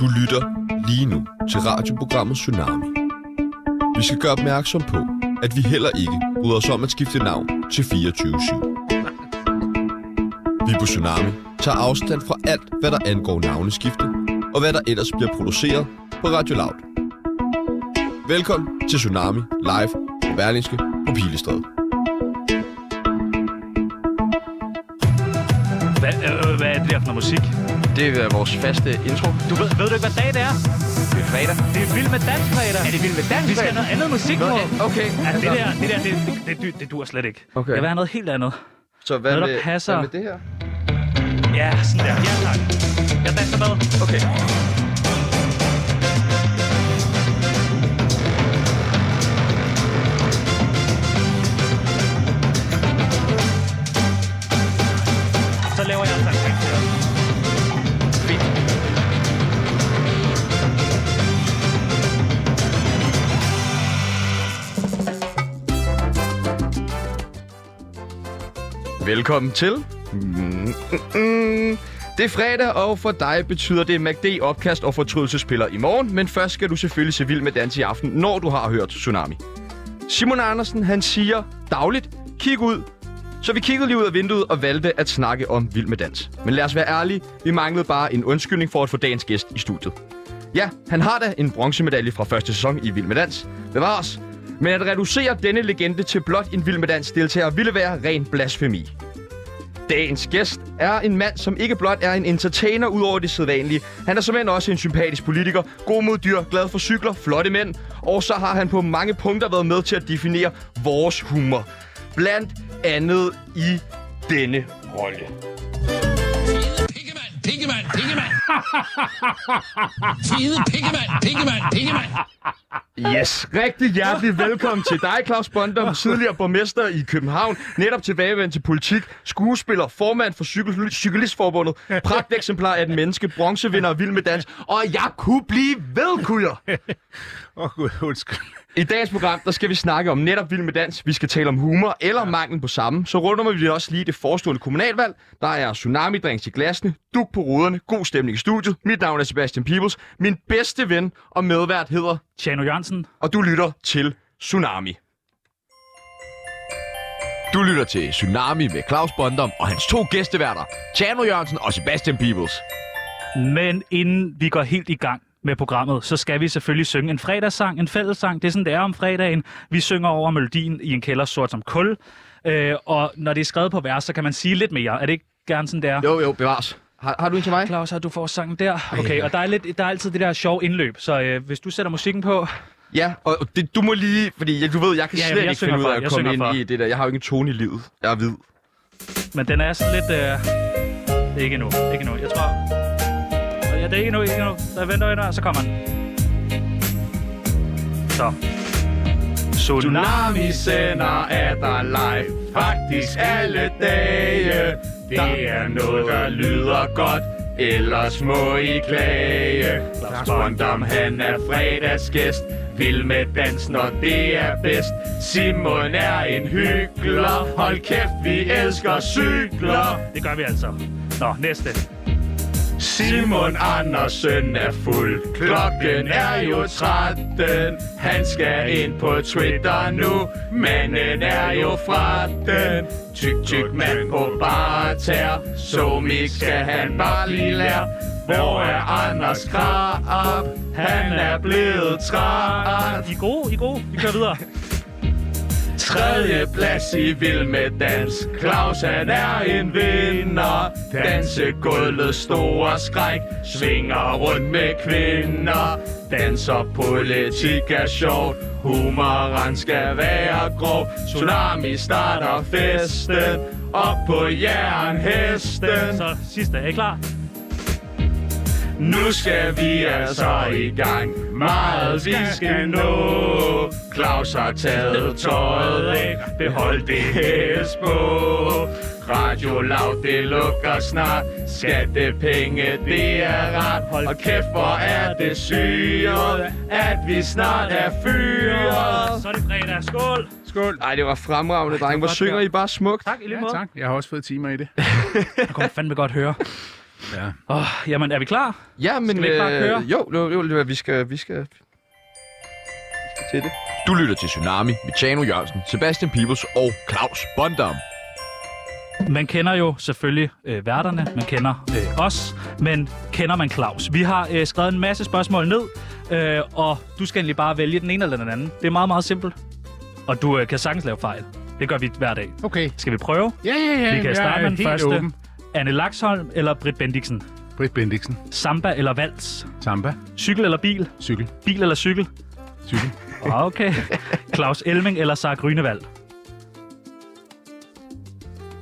Du lytter lige nu til radioprogrammet Tsunami. Vi skal gøre opmærksom på, at vi heller ikke bryder os om at skifte navn til 24-7. Vi på Tsunami tager afstand fra alt, hvad der angår navneskifte, og hvad der ellers bliver produceret på Radio Loud. Velkommen til Tsunami Live på Berlingske på Pilestræde. Hvad, øh, hvad er det der for noget musik? Det er vores faste intro. Du ved, ved du ikke, hvad dag det er? Det er fredag. Det er vild med dans fredag. Er det vild med dans Vi skal have noget andet musik på. Okay. Ja, det der, det der, det, det, det, det, det dur slet ikke. Okay. Jeg vil have noget helt andet. Så hvad, Noget, der med, passer. hvad med det her? Ja, sådan der. Ja, tak. Jeg danser med. Okay. Så laver jeg altså en sang til dig. Fint. Velkommen til. Mm-mm. Det er fredag, og for dig betyder det MACD, opkast og fortrydelsespiller i morgen. Men først skal du selvfølgelig se vild med dans i aften, når du har hørt Tsunami. Simon Andersen, han siger dagligt, kig ud. Så vi kiggede lige ud af vinduet og valgte at snakke om Vild med Dans. Men lad os være ærlige, vi manglede bare en undskyldning for at få dagens gæst i studiet. Ja, han har da en bronzemedalje fra første sæson i Vild med Dans. Det var os. Men at reducere denne legende til blot en Vild med Dans deltager ville være ren blasfemi. Dagens gæst er en mand, som ikke blot er en entertainer ud over det sædvanlige. Han er simpelthen også en sympatisk politiker, god mod dyr, glad for cykler, flotte mænd. Og så har han på mange punkter været med til at definere vores humor. Blandt andet i denne rolle. Pinkemand, Pinkemand, Pinkemand. Fede Pinkemand, Pinkemand, Pinkemand. Yes, rigtig hjertelig velkommen til dig, Claus Bondum, tidligere borgmester i København, netop tilbagevendt til politik, skuespiller, formand for Cykel- Cyklistforbundet, pragteksemplar af den menneske, bronzevinder og vild med dans, og jeg kunne blive ved, kunne jeg. Åh oh, gud, undskyld. I dagens program, der skal vi snakke om netop Vild med Dans. Vi skal tale om humor eller manglen på samme. Så runder vi også lige det forestående kommunalvalg. Der er tsunami-drinks i glasene, duk på ruderne, god stemning i studiet. Mit navn er Sebastian Peebles. Min bedste ven og medvært hedder, Tjano Jørgensen. og du lytter til Tsunami. Du lytter til Tsunami med Claus Bondom og hans to gæsteværter, Tjano Jørgensen og Sebastian Peebles. Men inden vi går helt i gang med programmet, så skal vi selvfølgelig synge en fredagssang, en fællessang. Det er sådan, det er om fredagen. Vi synger over melodien i en kælder sort som kul. Øh, og når det er skrevet på vers, så kan man sige lidt mere. Er det ikke gerne sådan, det er? Jo, jo, bevares. Har, har du en til mig? Claus, har du får sangen der? Okay, og der er, lidt, der er altid det der sjove indløb, så øh, hvis du sætter musikken på... Ja, og og det, du må lige, fordi jeg- du ved, jeg kan Ja, slet jamen, jeg ikke synger finde ud for, af jeg at komme synger ind for. i det der. Jeg har jo ikke en tone i livet. Jeg er hvid. Men den er sådan lidt... Øh... Ikke endnu, ikke endnu. Jeg tror... Ja, det er ikke endnu, ikke endnu. Der venter endnu, og så kommer den. Så. Tsunami sender er der live, faktisk alle dage. Det er noget, der lyder godt, ellers må I klage. Lars Bondam, han er fredagsgæst, vild med dans, når det er bedst. Simon er en hyggelig, hold kæft, vi elsker cykler. Det gør vi altså. Nå, næste. Simon Andersen er fuld. Klokken er jo 13. Han skal ind på Twitter nu. Manden er jo fra den. Tyk, tyk mand på barter. Så mix skal han bare lige lære. Hvor er Anders Krab? Han er blevet træt. I er gode, I er gode. Vi kører videre. Tredje plads i Vild med Dans. Claus han er en vinder. Dansegulvet store skræk. Svinger rundt med kvinder. Danser politik er sjovt. Humoren skal være grov. Tsunami starter festen. Op på jernhesten. Så sidste. Er I klar? Nu skal vi altså i gang. Meget vi skal nå. Claus har taget tøjet af. Behold det hæs på. Radio Loud, det lukker snart. Skattepenge, det er rart. Og kæft, hvor er det syret, at vi snart er fyret. Så er det fredag. Skål. Skål. Nej, det var fremragende, drenge. Hvor synger I bare smukt. Tak, i lige Ja, måde. tak. Jeg har også fået timer i det. Jeg kunne fandme godt høre. Ja. Oh, jamen, er vi klar? Ja, men... øh, vi ikke bare køre? jo, jo, jo, jo, vi skal... Vi skal, vi skal til det. Du lytter til Tsunami med Tjano Jørgensen, Sebastian Pibels og Claus Bondam. Man kender jo selvfølgelig øh, værterne, man kender øh, os, men kender man Claus? Vi har øh, skrevet en masse spørgsmål ned, øh, og du skal egentlig bare vælge den ene eller den anden. Det er meget, meget simpelt, og du øh, kan sagtens lave fejl. Det gør vi hver dag. Okay. Skal vi prøve? Ja, ja, ja. Vi kan jeg starte er med den helt første. Åben. Anne Laksholm eller Britt Bendiksen? Britt Bendiksen. Samba eller vals? Samba. Cykel eller bil? Cykel. Bil eller cykel? Cykel. Ah, Okay. Claus Elming eller Sara Grønevald?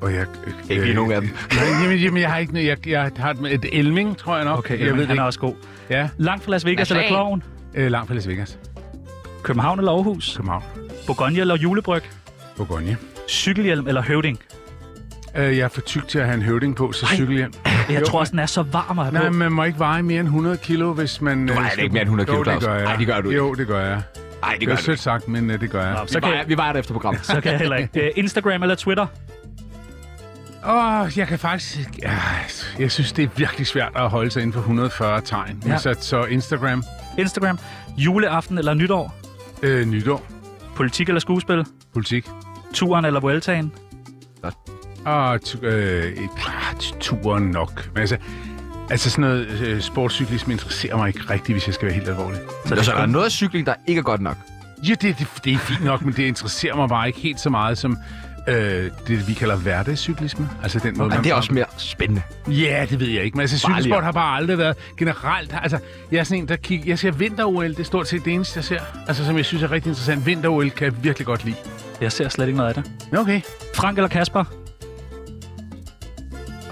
Og jeg... Øh, Ikke lige nogen af dem. Nej, jamen, jamen, jeg har ikke noget. Jeg, jeg har et- et elming, tror jeg nok. Okay, jeg Elming, ved han det er også god. ikke. Ja, Langt fra Las Vegas eller Kloven? øh, langt fra Las Vegas. København eller Aarhus? København. Bogonje eller Julebryg? Bourgogne. Cykelhjelm eller høvding? Øh, jeg er for tyk til at have en høvding på, så cykel hjem. Jeg Jo. tror også, den er så varm at have Nej, på. man må ikke veje mere end 100 kilo, hvis man... Du vejer da ikke mere end 100 kilo, Jo, det Claus. gør jeg. Ej, det gør du ikke. Jo, det gør jeg. Det, Nej, det det gør er du sødt ikke. sagt, men øh, det gør jeg. Nå, Vi så, kan vejer, jeg, vi vejer det efter programmet. så kan jeg heller ikke. Øh, Instagram eller Twitter? Åh, oh, jeg kan faktisk... Ja, jeg synes, det er virkelig svært at holde sig inden for 140 tegn. Ja. Ja. Så, så Instagram, Instagram. Juleaften eller nytår? øh, nytår, Politik eller skuespil? politik. Turen eller Vueltaen? Og tu- øh, et- ah, t- turen nok. Men altså, altså sådan noget øh, sportscyklisme interesserer mig ikke rigtigt, hvis jeg skal være helt alvorlig. Så der, så der er noget af cykling, der ikke er godt nok. Ja, det, det, det er fint nok, men det interesserer mig bare ikke helt så meget som øh, det, vi kalder hverdagscyklisme. Altså den Men måde, man Ah, det er også mere spændende. Ja, det ved jeg ikke. Men altså, Farligere. cykelsport har bare aldrig været generelt... Altså, jeg er sådan en, der kigger... Jeg ser vinter-OL. Det er stort set det eneste, jeg ser. Altså, som jeg synes er rigtig interessant. Vinter-OL kan jeg virkelig godt lide. Jeg ser slet ikke noget af det. Nå, Okay. Frank eller Kasper?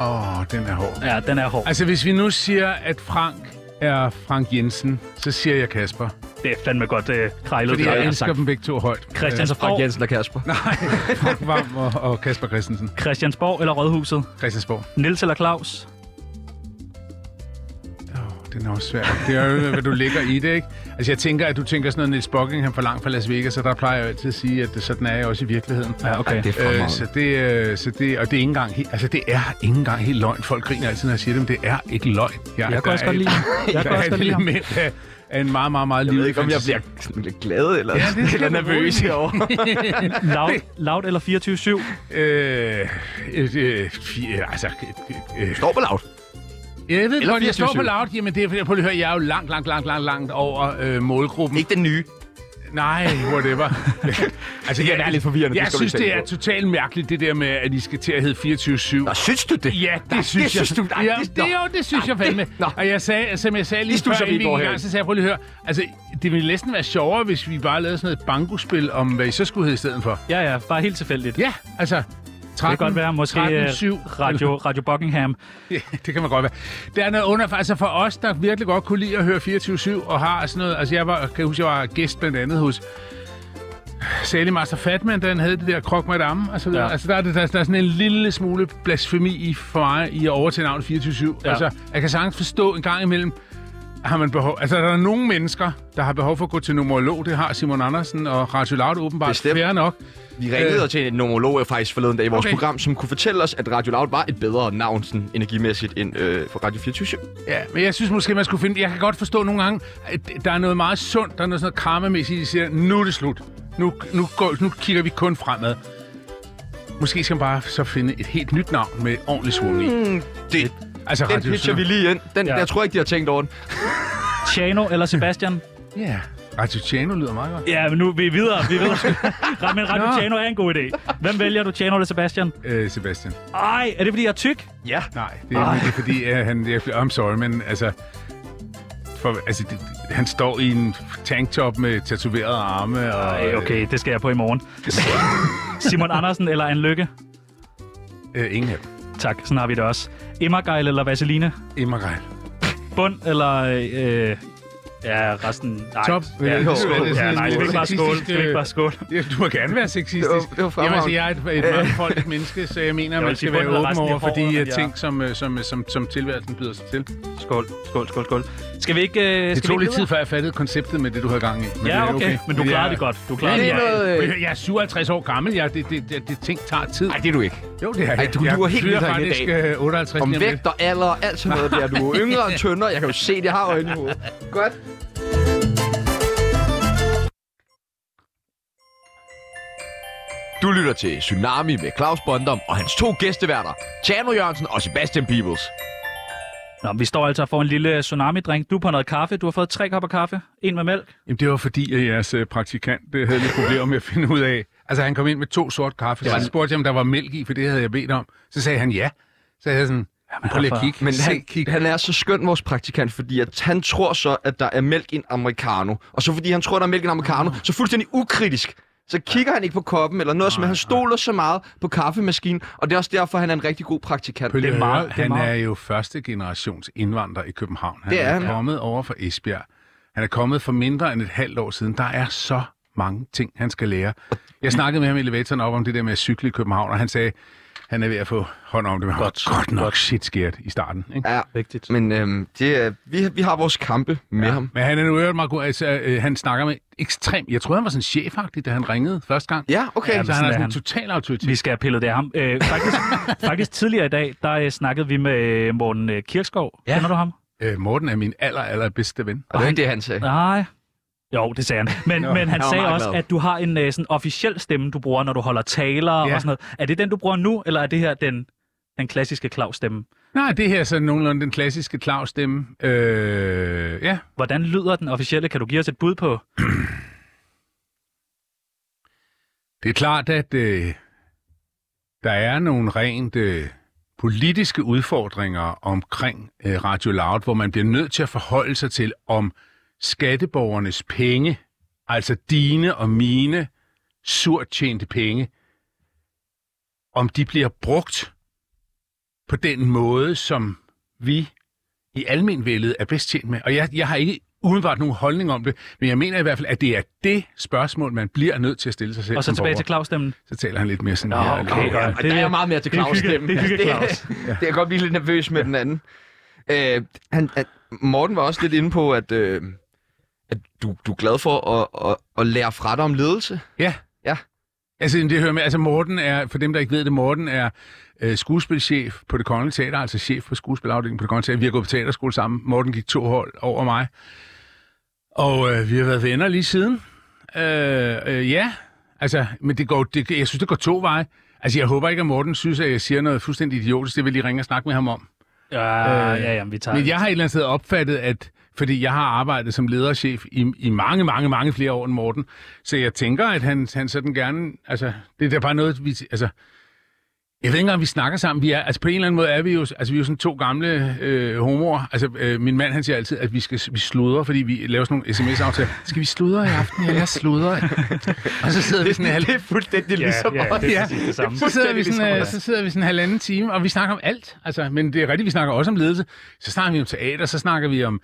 Åh, oh, den er hård. Ja, den er hård. Altså, hvis vi nu siger, at Frank er Frank Jensen, så siger jeg Kasper. Det er fandme godt øh, krejlet. Fordi det der. jeg sagt. elsker dem begge to højt. Christiansborg, Frank Jensen og Kasper. Øh, Frank Vam og, og Kasper Christensen. Christiansborg eller Rådhuset? Christiansborg. Nils eller Claus? Åh, Den er også svær. Det er jo, hvad du ligger i det, ikke? Altså, jeg tænker, at du tænker sådan noget, Niels Bocking, han for langt fra Las Vegas, så der plejer jeg jo altid at sige, at det, sådan er jeg også i virkeligheden. Ja, okay. Det er for Øh, meget. så det, øh, så det, og det er ikke engang helt, altså det er ikke engang helt løgn. Folk griner altid, når jeg siger det, men det er ikke løgn. Jeg, Jeg kan også godt lide ham. Jeg Jeg kan der også er godt et lide ham. element af, af en meget, meget, meget Jeg ved livlig ikke, om jeg fantasi. bliver sådan lidt glad eller, Ja, det skal eller du nervøs roligt. herovre. Loud, loud eller 24-7? Øh, øh, øh, fi- øh, altså, øh, øh, Står på laut. jeg ved godt, jeg står 24-7. på loud. Jamen, det er, fordi, prøv lige at høre, jeg er jo langt, langt, langt, langt, langt over øh, målgruppen. Ikke den nye. Nej, whatever. altså, det kan være lidt forvirrende, Jeg det skal du synes, ikke det tænke er på. totalt mærkeligt, det der med, at I skal til at hedde 24-7. Nå, synes du det? Ja, det synes det jeg. synes du- nej, ja, det- det, jo, det synes jeg fandme. nå. Og jeg sagde, som jeg sagde lige Det studser før, vi inden ikke over vi gik i gang, herinde. så sagde jeg, prøv lige at høre. Altså, det ville næsten være sjovere, hvis vi bare lavede sådan noget bankospil om, hvad I så skulle hedde i stedet for. Ja, ja, bare helt tilfældigt. Ja, altså... 13, Det kan godt være, måske 13, øh, 7, radio, radio Buckingham. Ja, det kan man godt være. Der er noget under... Altså for os, der virkelig godt kunne lide at høre 24-7 og har sådan noget... Altså jeg var, kan huske, jeg var gæst blandt andet hos Sally Master Fatman, da han havde det der krok madame. Altså, Ja. ja. altså der, er, det- der, er- der, er sådan en lille smule blasfemi i for mig i at overtage navnet 24-7. Ja. Ja. Altså, jeg kan sagtens forstå en gang imellem, har man behov... Altså, der er nogle mennesker, der har behov for at gå til numerolog. Det har Simon Andersen og Radio Loud åbenbart. Bestemt. Fair nok. Vi ringede Øh. til en nomolog faktisk forleden dag i vores Okay. program, som kunne fortælle os, at Radio Loud var et bedre navn sådan, energimæssigt end øh, for Radio 24 Ja, men jeg synes måske, man skulle finde... Jeg kan godt forstå nogle gange, at der er noget meget sundt, der er noget sådan noget karmamæssigt, de siger, nu er det slut. Nu, nu, går, nu kigger vi kun fremad. Måske skal man bare så finde et helt nyt navn med ordentlig svung i. Det, Altså den Radio pitcher vi lige ind. Den, Ja. ja. Jeg tror ikke, de har tænkt over den. Tjano eller Sebastian? Ja, Radio Tjano lyder meget godt. Ja, men nu vi er videre. Vi er videre. Ret- Men Radio Nå. Tjano er en god idé. Hvem vælger du, Tjano eller Sebastian? Øh, Sebastian. Ej, er det fordi, jeg er tyk? Ja. Nej, det er, det er fordi, uh, han... Jeg, I'm sorry, men altså... For, altså, det, han står i en tanktop med tatoverede arme og... Ej, okay, det skal jeg på i morgen. Simon Andersen eller Anne Lykke? Øh, øh, ingen af dem. Tak, sådan har vi det også. Immergejl eller Vaseline? Immergejl. Bund eller øh, Ja, resten... Nej. Top. Ja, Jo, ja, jo, skål. det er Ja, sådan nej, en det er ikke bare skål. sexistisk, Det er ikke bare skål. Du må gerne være sexistisk. Det var- det var fremragende. Jamen, altså, jeg er et, et mangfoldigt menneske, så jeg mener, at Jeg man vil sige, skal være bunden af åben resten, over det er for de hårdt, øh, men ting, som, øh, som, øh, som, som tilværelsen byder sig til. Det Skål, skål, skål, skål. Skal vi ikke... Øh, skal vi tog ikke lidt tid, videre? før jeg fattede konceptet med det, du havde gang i. Men det Ja, er okay. Men du jeg- klarede det godt. Du klarede Det det er godt. noget... Øh... Men Jeg er 57 år gammel. Jeg, det, det, det, det ting tager tid. Ej, det er du ikke. Jo, det er Ej, du lyver helt vildt vildt herinde i faktisk øh, 58 Om lige lidt. vægt og alder og alt sådan noget der. Du er yngre og tyndere. Jeg kan jo se, det har øjne i hovedet. Godt. Du lytter til Tsunami med Claus Bondom og hans to gæsteværter, Tjano Jørgensen og Sebastian Peebles. Nå, men vi står altså for en lille tsunami-drink. Du på noget kaffe. Du har fået tre kopper kaffe. En med mælk. Jamen, det var fordi, at jeres øh, praktikant øh, havde lidt problemer med at finde ud af... Altså, han kom ind med to sort kaffe, så spurgte jeg, om der var mælk i, for det havde jeg bedt om. Så sagde han ja. Så havde jeg sådan, prøv lige at hvorfor? kigge. altså, Men Se, han, kig. han er så skøn, vores praktikant, fordi at han tror så, at der er mælk i en americano. Og så fordi han tror, at der er mælk i en americano, så fuldstændig ukritisk. Så kigger han ikke på koppen eller noget, som han stoler så meget på kaffemaskinen. Og det er også derfor, han er en rigtig god praktikant. Pølle, Det er meget- Høre, det er han meget. er jo første generations indvandrer i København. Han Det er er, han. kommet over fra Esbjerg. Han er kommet for mindre end et halvt år siden. Der er så mange ting, han skal lære. Jeg snakkede med ham i elevatoren op om det der med at cykle i København, og han sagde, han er ved at få hånd om det. Men godt, godt nok godt. shit skært i starten. Ikke? Ja, Vigtigt. men øhm, det er, vi, vi har vores kampe med ja. ham. Men han er nu øvrigt meget god. Altså, øh, han snakker med ekstrem... Jeg troede, han var sådan chefagtig, da han ringede første gang. Ja, okay. Ja, Ja, altså, sådan han er er sådan en han. total autoritet. Vi skal have pillet det af ham. Øh, faktisk, faktisk tidligere i dag, der øh, snakkede vi med øh, Morten øh, Kirskov. Ja. Kender du ham? Øh, Morten er min aller, aller bedste ven. og det er ikke det, han sagde. Nej. Jo, det sagde han. Men, men han var sagde meget også, glad. at du har en øh, sådan officiel stemme, du bruger, når du holder taler Ja. og sådan noget. Er det den, du bruger nu, eller er det her den, den klassiske Claus-stemme? Nej, det her er sådan nogenlunde den klassiske Claus-stemme. Øh, ja, Hvordan lyder den officielle? Kan du give os et bud på? Det er klart, at øh, der er nogle rent øh, politiske udfordringer omkring øh, Radio Loud, hvor man bliver nødt til at forholde sig til, om skatteborgernes penge, altså dine og mine surt tjente penge, om de bliver brugt på den måde, som vi i almenvældet er bedst tjent med. Og jeg, jeg har ikke umiddelbart nogen holdning om det, men jeg mener i hvert fald, at det er det spørgsmål, man bliver nødt til at stille sig selv. Og så som tilbage borger. til Claus-stemmen. Så taler han lidt mere sådan Nå, her. okay. lidt- Ja, Og det der er er- meget mere til det er Claus hygge- stemme. det er hygge Claus. det, det kan godt blive lidt nervøs med den anden. Øh, han, at Morten var også lidt inde på, at, øh, at du, du er glad for at, at, at lære fra dig om ledelse. Ja. Ja. Altså, det hører med. Altså, Morten er, for dem, der ikke ved det, Morten er øh, skuespilchef på det kongelige teater, altså chef på skuespilafdelingen på det kongelige teater. Vi har gået på teaterskole sammen. Morten gik to hold over mig. Og øh, vi har været venner lige siden. Øh, øh, ja, altså, men det går, det, jeg synes, det går to veje. Altså, jeg håber ikke, at Morten synes, at jeg siger noget fuldstændig idiotisk. Det vil jeg lige ringe og snakke med ham om. Ja, øh, ja, ja, vi tager Men jeg har et eller andet sted opfattet, at fordi jeg har arbejdet som lederchef i, i mange, mange, mange flere år end Morten, så jeg tænker, at han, han sådan gerne... Altså, det er da bare noget, vi... Altså, jeg ved ikke engang, om vi snakker sammen. Vi er, altså, på en eller anden måde er vi jo, altså, vi er jo sådan to gamle øh, homoer. Altså, øh, min mand, han siger altid, at vi skal vi sludre, fordi vi laver sådan nogle sms-aftaler. Skal vi sludre i aften? Ja, jeg sludrer. Og så sidder vi sådan halv... er fuldstændig ligesom Ja, ja, det er Ligesom Ja. præcis det samme. Så sidder, vi Fuldstændig sådan, ligesom øh, så sidder vi sådan en halvanden time, og vi snakker om alt. Altså, men det er rigtigt, vi snakker også om ledelse. Så snakker vi om teater, så snakker vi om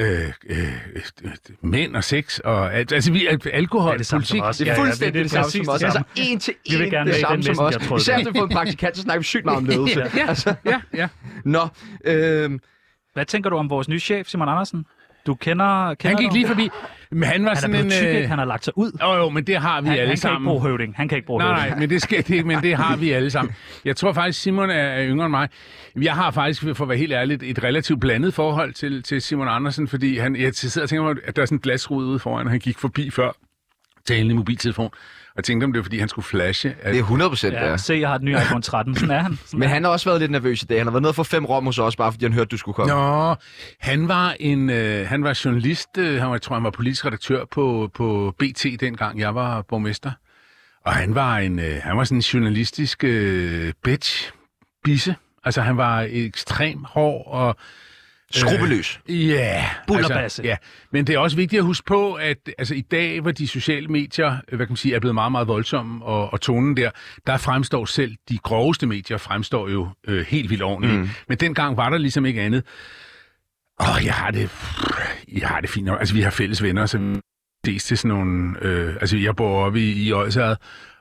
øh, øh, øh, mænd og sex, og alt. altså vi, alkohol, Det er det samme som politik. os. Det er Ja, ja, fuldstændig det, det, det, det, præcis samme det som os. Altså samme. en til Vi vil en gerne det være i samme den som næsten, os. jeg troede, Især det hvis vi får en praktikant, så snakker vi sygt meget om ledelse. altså, Ja, ja. nå, øh, Hvad tænker du om vores nye chef, Simon Andersen? Du kender, kender Han gik du? lige forbi, men han var han er sådan en... blevet tyk, ikke? Øh, han har lagt sig ud. jo, jo, men det har vi Han, alle han kan ikke sammen. bruge høvding. Han kan ikke bruge Nej, høvding. nej, men det, skal, det, men det har vi alle sammen. Jeg tror faktisk, Simon er, er yngre end mig. Jeg har faktisk, for at være helt ærlig, et relativt blandet forhold til, til Simon Andersen, fordi han, jeg sidder og tænker mig, at der er sådan en glasrude ude foran, og han gik forbi før talende mobiltelefon, og tænkte om det var, fordi han skulle flashe. At, det er 100 procent, Ja, se, jeg har et nyt iPhone 13. Sådan er han. Sådan Men er han har også været lidt nervøs i dag. Han har været nede for fem rom hos os, bare fordi han hørte, du skulle komme. Nå, han var en, øh, han var journalist, øh, han var, jeg tror han var politisk redaktør på, på BT dengang jeg var borgmester. Og han var en, øh, han var sådan en journalistisk øh, bitch, bisse. Altså han var ekstrem hård og Skrupelløs. Ja, altså, Bullerbasse. ja. Men det er også vigtigt at huske på, at altså, i dag, hvor de sociale medier øh, hvad kan man sige, er blevet meget, meget voldsomme, og, og tonen der, der fremstår selv, de groveste medier fremstår jo øh, helt vildt ordentligt. Mm. Men dengang var der ligesom ikke andet. Åh, oh, jeg har det... Jeg har det fint nok. Altså, vi har fælles venner, så vi ses til sådan nogle... Øh, altså, jeg bor oppe i, i Odsherred,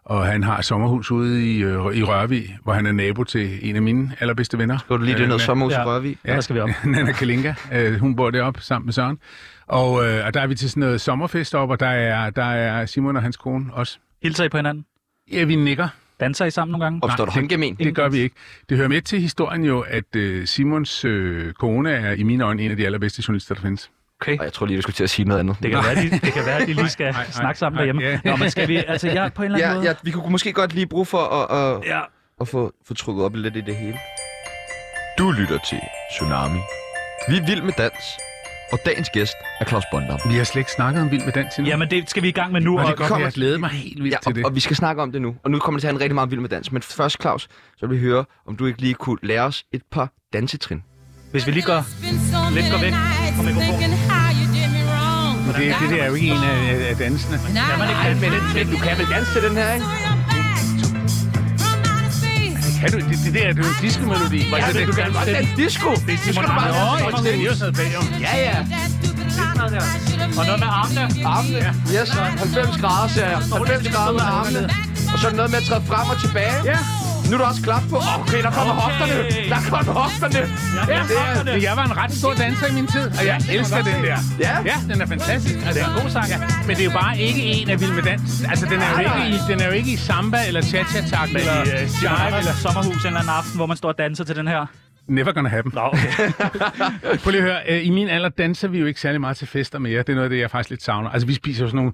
og han har et sommerhus ude i, øh, i Rørvig, hvor han er nabo til en af mine allerbedste venner. Går du lige det Øh, noget sommerhus i Ja. Rørvig? Ja. Der skal vi op. Nana Kalinka, øh, hun bor deroppe sammen med Søren. Og, øh, og der er vi til sådan noget sommerfest op, og der er, der er Simon og hans kone også. Hilser I på hinanden? Ja, vi nikker. Danser I sammen nogle gange? Opstår der håndgemen? Det gør vi ikke. Det hører med til historien jo, at øh, Simons øh, kone er i mine øjne en af de allerbedste journalister, der findes. Okay. Og jeg tror lige, du skulle til at sige noget andet. Det kan, være, de, det kan være, at de lige skal Nej, nej, snakke sammen nej, derhjemme. ja. Nå, men skal vi... Altså, jeg på en eller Ja, anden måde... ja, vi kunne måske godt lige bruge for at, at, ja. at få, få trukket op lidt i det hele. Du lytter til Tsunami. Vi er vild med dans, og dagens gæst er Claus Bondam. Vi har slet ikke snakket om Vild med Dans endnu. Jamen, det skal vi i gang med nu. og det er Og, godt, kom- at jeg glæder mig helt vildt Ja, til det. og, og vi skal snakke om det nu. Og nu kommer det til at handle rigtig meget om Vild med Dans. Men først, Claus, så vil vi høre, om du ikke lige kunne lære os et par dansetrin. hvis vi lige går... Lidt går væk fra mikrofonen. Og det, det der er jo ikke en af, af- af dansene. Kan man ikke danse med den? Men du kan vel danse til den her, ikke? Kan du, det, det der er jo en diskomelodi. Ja, Altså, det- du kan godt danse disco! Det Det skal du bare Nå, lave. jeg må seriøst noget bagom. Ja, ja. Og noget med armene. Armene. Yes, 90 grader, ser jeg. 90 grader med armene. Og så er det noget med at træde frem og tilbage. Ja. Nu er der også klap på. Okay, der kommer Okay. hofterne. Der kommer hofterne. Ja, det er det Jeg var en ret stor danser i min tid, og jeg elsker den der. Ja. Ja, den er fantastisk. Altså, Det er en god sang. Ja, men det er jo bare ikke en af Vild med Dans. Altså, den er jo ikke i, den er jo ikke i samba eller cha-cha-tak eller Eller, øh, jive eller eller... sommerhus en eller anden aften, hvor man står og danser til den her. Never gonna happen. Nå, okay. Prøv lige at høre, øh, i min alder danser vi jo ikke særlig meget til fester mere. Det er noget af det, jeg faktisk lidt savner. Altså, vi spiser jo sådan nogle...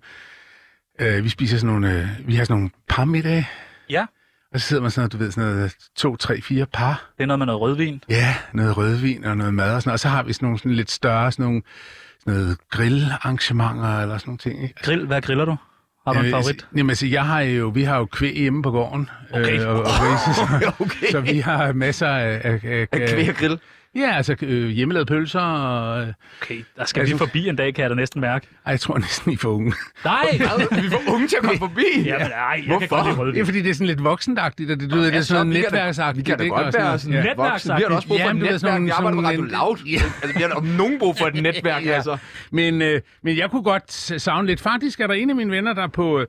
Øh, vi spiser sådan nogle... Øh, vi har sådan nogle par middage, Ja, og så sidder man sådan noget, du ved, sådan noget, to, tre, fire par. det er noget med noget rødvin. Ja, noget rødvin og noget mad og sådan noget. Og så har vi sådan nogle sådan lidt større sådan nogle sådan noget grillarrangementer eller sådan nogle ting. Ikke? Grill, hvad griller du? Har du en Øh, favorit? Altså, jamen altså, jeg har jo, vi har jo kvæg hjemme på gården. øh, Okay. og, og grise, så, Okay. så vi har masser af... af, af, Af kvæg og grill. Ja, altså øh, hjemmelavede pølser og... Øh, Okay, der skal vi altså- forbi en dag, kan jeg da næsten mærke. ej, jeg tror næsten, I får unge. Nej! Vi var unge til at komme forbi. Ja, men nej, jeg kan Hvorfor? godt lide Det er rødvin. fordi, det er sådan lidt voksendagtigt, og det, du ved, det er Ja, sådan så vi kan noget da- netværksagtigt. Vi kan da ikke? Og godt sådan være noget. sådan ja. voksne. Vi har da også brug for Ja, et men du ved, sådan netværk. Vi nogle- arbejder med sådan Radio Loud. nogle- Altså, vi har da om nogen brug for et netværk, Ja. altså. Men, øh, men jeg kunne godt savne lidt. Faktisk er der en af mine venner, der på, øh,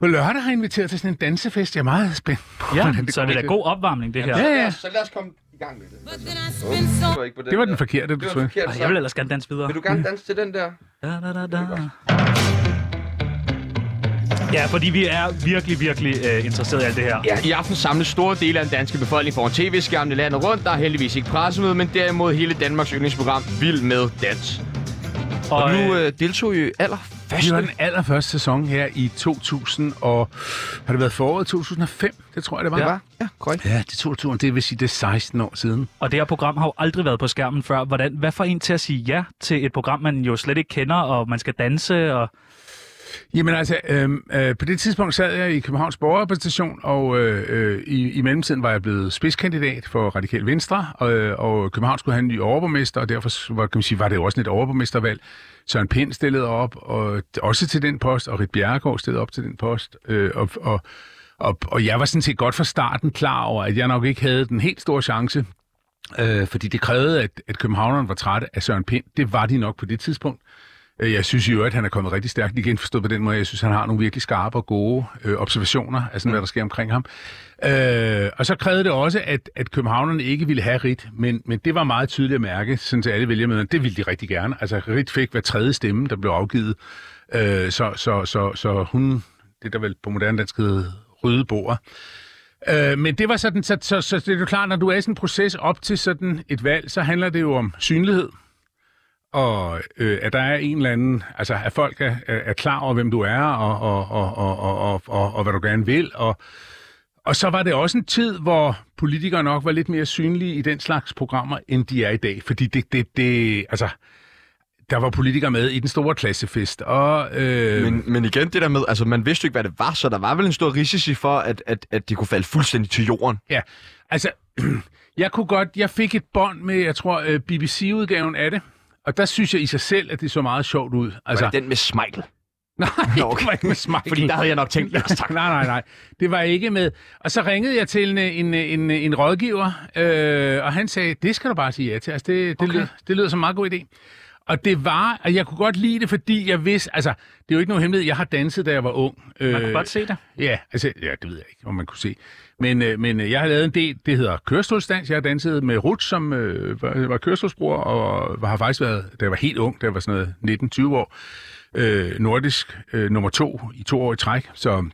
på lørdag har inviteret til sådan en dansefest. Jeg er meget spændt på, hvordan Ja, så er det kommer da til. god opvarmning, det her. Ja, ja. Så lad os komme i gang med det. Åh. ikke på Det var den forkerte, du Det var tror. den forkerte Ej, Altså, jeg sang. vil ellers gerne danse videre. Vil du gerne danse til den der? Da, da, da, da. Ja, fordi vi er virkelig, virkelig øh, interesseret i alt det her. Ja. I aften samles store dele af den danske befolkning foran tv-skærmene landet rundt. Der er heldigvis ikke pressemøde, men derimod hele Danmarks yndlingsprogram Vild med Dans. Og, Og øh, nu øh, deltog I jo aller Det var første. den allerførste sæson her i 2000, og har det været foråret 2005? Det tror jeg, det var. Det var? Ja, korrekt. Ja, det tog turen. Det vil sige, det er 16 år siden. øh, Og det her program har jo aldrig været på skærmen før. Hvordan, hvad får en til at sige ja til et program, man jo slet ikke kender, og man skal danse? Og... Jamen altså, øhm, øh, på det tidspunkt sad jeg i Københavns Borgerrepræsentation, og øh, øh, i, i mellemtiden var jeg blevet spidskandidat for Radikal Venstre, og, øh, og København skulle have en ny overborgmester, og derfor s- var, kan man sige, var det jo også et overborgmestervalg. Søren Pind stillede op, og d- også til den post, og Rit Bjerregaard stillede op til den post, øh, og, og, og, og jeg var sådan set godt fra starten klar over, at jeg nok ikke havde den helt store chance, øh, fordi det krævede, at, at københavneren var trætte af Søren Pind. Det var de nok på det tidspunkt. Øh, Jeg synes i øvrigt, at han er kommet rigtig stærkt igen forstået på den måde. Jeg synes, han har nogle virkelig skarpe og gode øh, observationer af sådan, hvad der sker omkring ham. Øh, og så krævede det også, at, at københavnerne ikke ville have Rit, men, men det var meget tydeligt at mærke sådan til alle vælgermøderne. Det ville de rigtig gerne. Altså, Rit fik hver tredje stemme, der blev afgivet. Øh, så, så, så, så hun, det der vel på moderne dansk hedder rydde bordet. Øh, men det var sådan, så, så, så det er jo klart, når du er i sådan en proces op til sådan et valg, så handler det jo om synlighed. Og øh, at der er en eller anden, altså at folk er, er er klar over, hvem du er, og, og, og, og, og, og, og, og hvad du gerne vil. Og, og så var det også en tid, hvor politikere nok var lidt mere synlige i den slags programmer, end de er i dag. Fordi det, det, det altså, der var politikere med i den store klassefest. Og, øh, Men, men igen det der med, altså man vidste jo ikke, hvad det var, så der var vel en stor risici for, at, at, at det kunne falde fuldstændig til jorden. Ja, altså, jeg kunne godt, jeg fik et bånd med, jeg tror, øh, BBC-udgaven af det, og der synes jeg i sig selv, at det så meget sjovt ud. Altså, Altså, den med Smeichel. Nej, Nå, okay. det var ikke med Michael. Fordi der havde jeg nok tænkt, ja, tak. Nej, nej, nej. Det var ikke med. Og så ringede jeg til en, en, en, en rådgiver, øh, og han sagde, det skal du bare sige ja til. Altså, det, det, okay. lyder, det lyder som en meget god idé. Og det var, og jeg kunne godt lide det, fordi jeg vidste, altså, det er jo ikke nogen hemmelighed, jeg har danset, da jeg var ung. øh, Man kunne godt se det. Ja, altså, ja, det ved jeg ikke, om man kunne se. Men, øh, men øh, jeg har lavet en del, det hedder kørestolsdans. Jeg har danset med Ruth, som øh, var, var kørestolsbror, og har faktisk været, da jeg var helt ung, da jeg var sådan noget 19-20 år, øh, nordisk øh, nummer to i to år i træk. Så,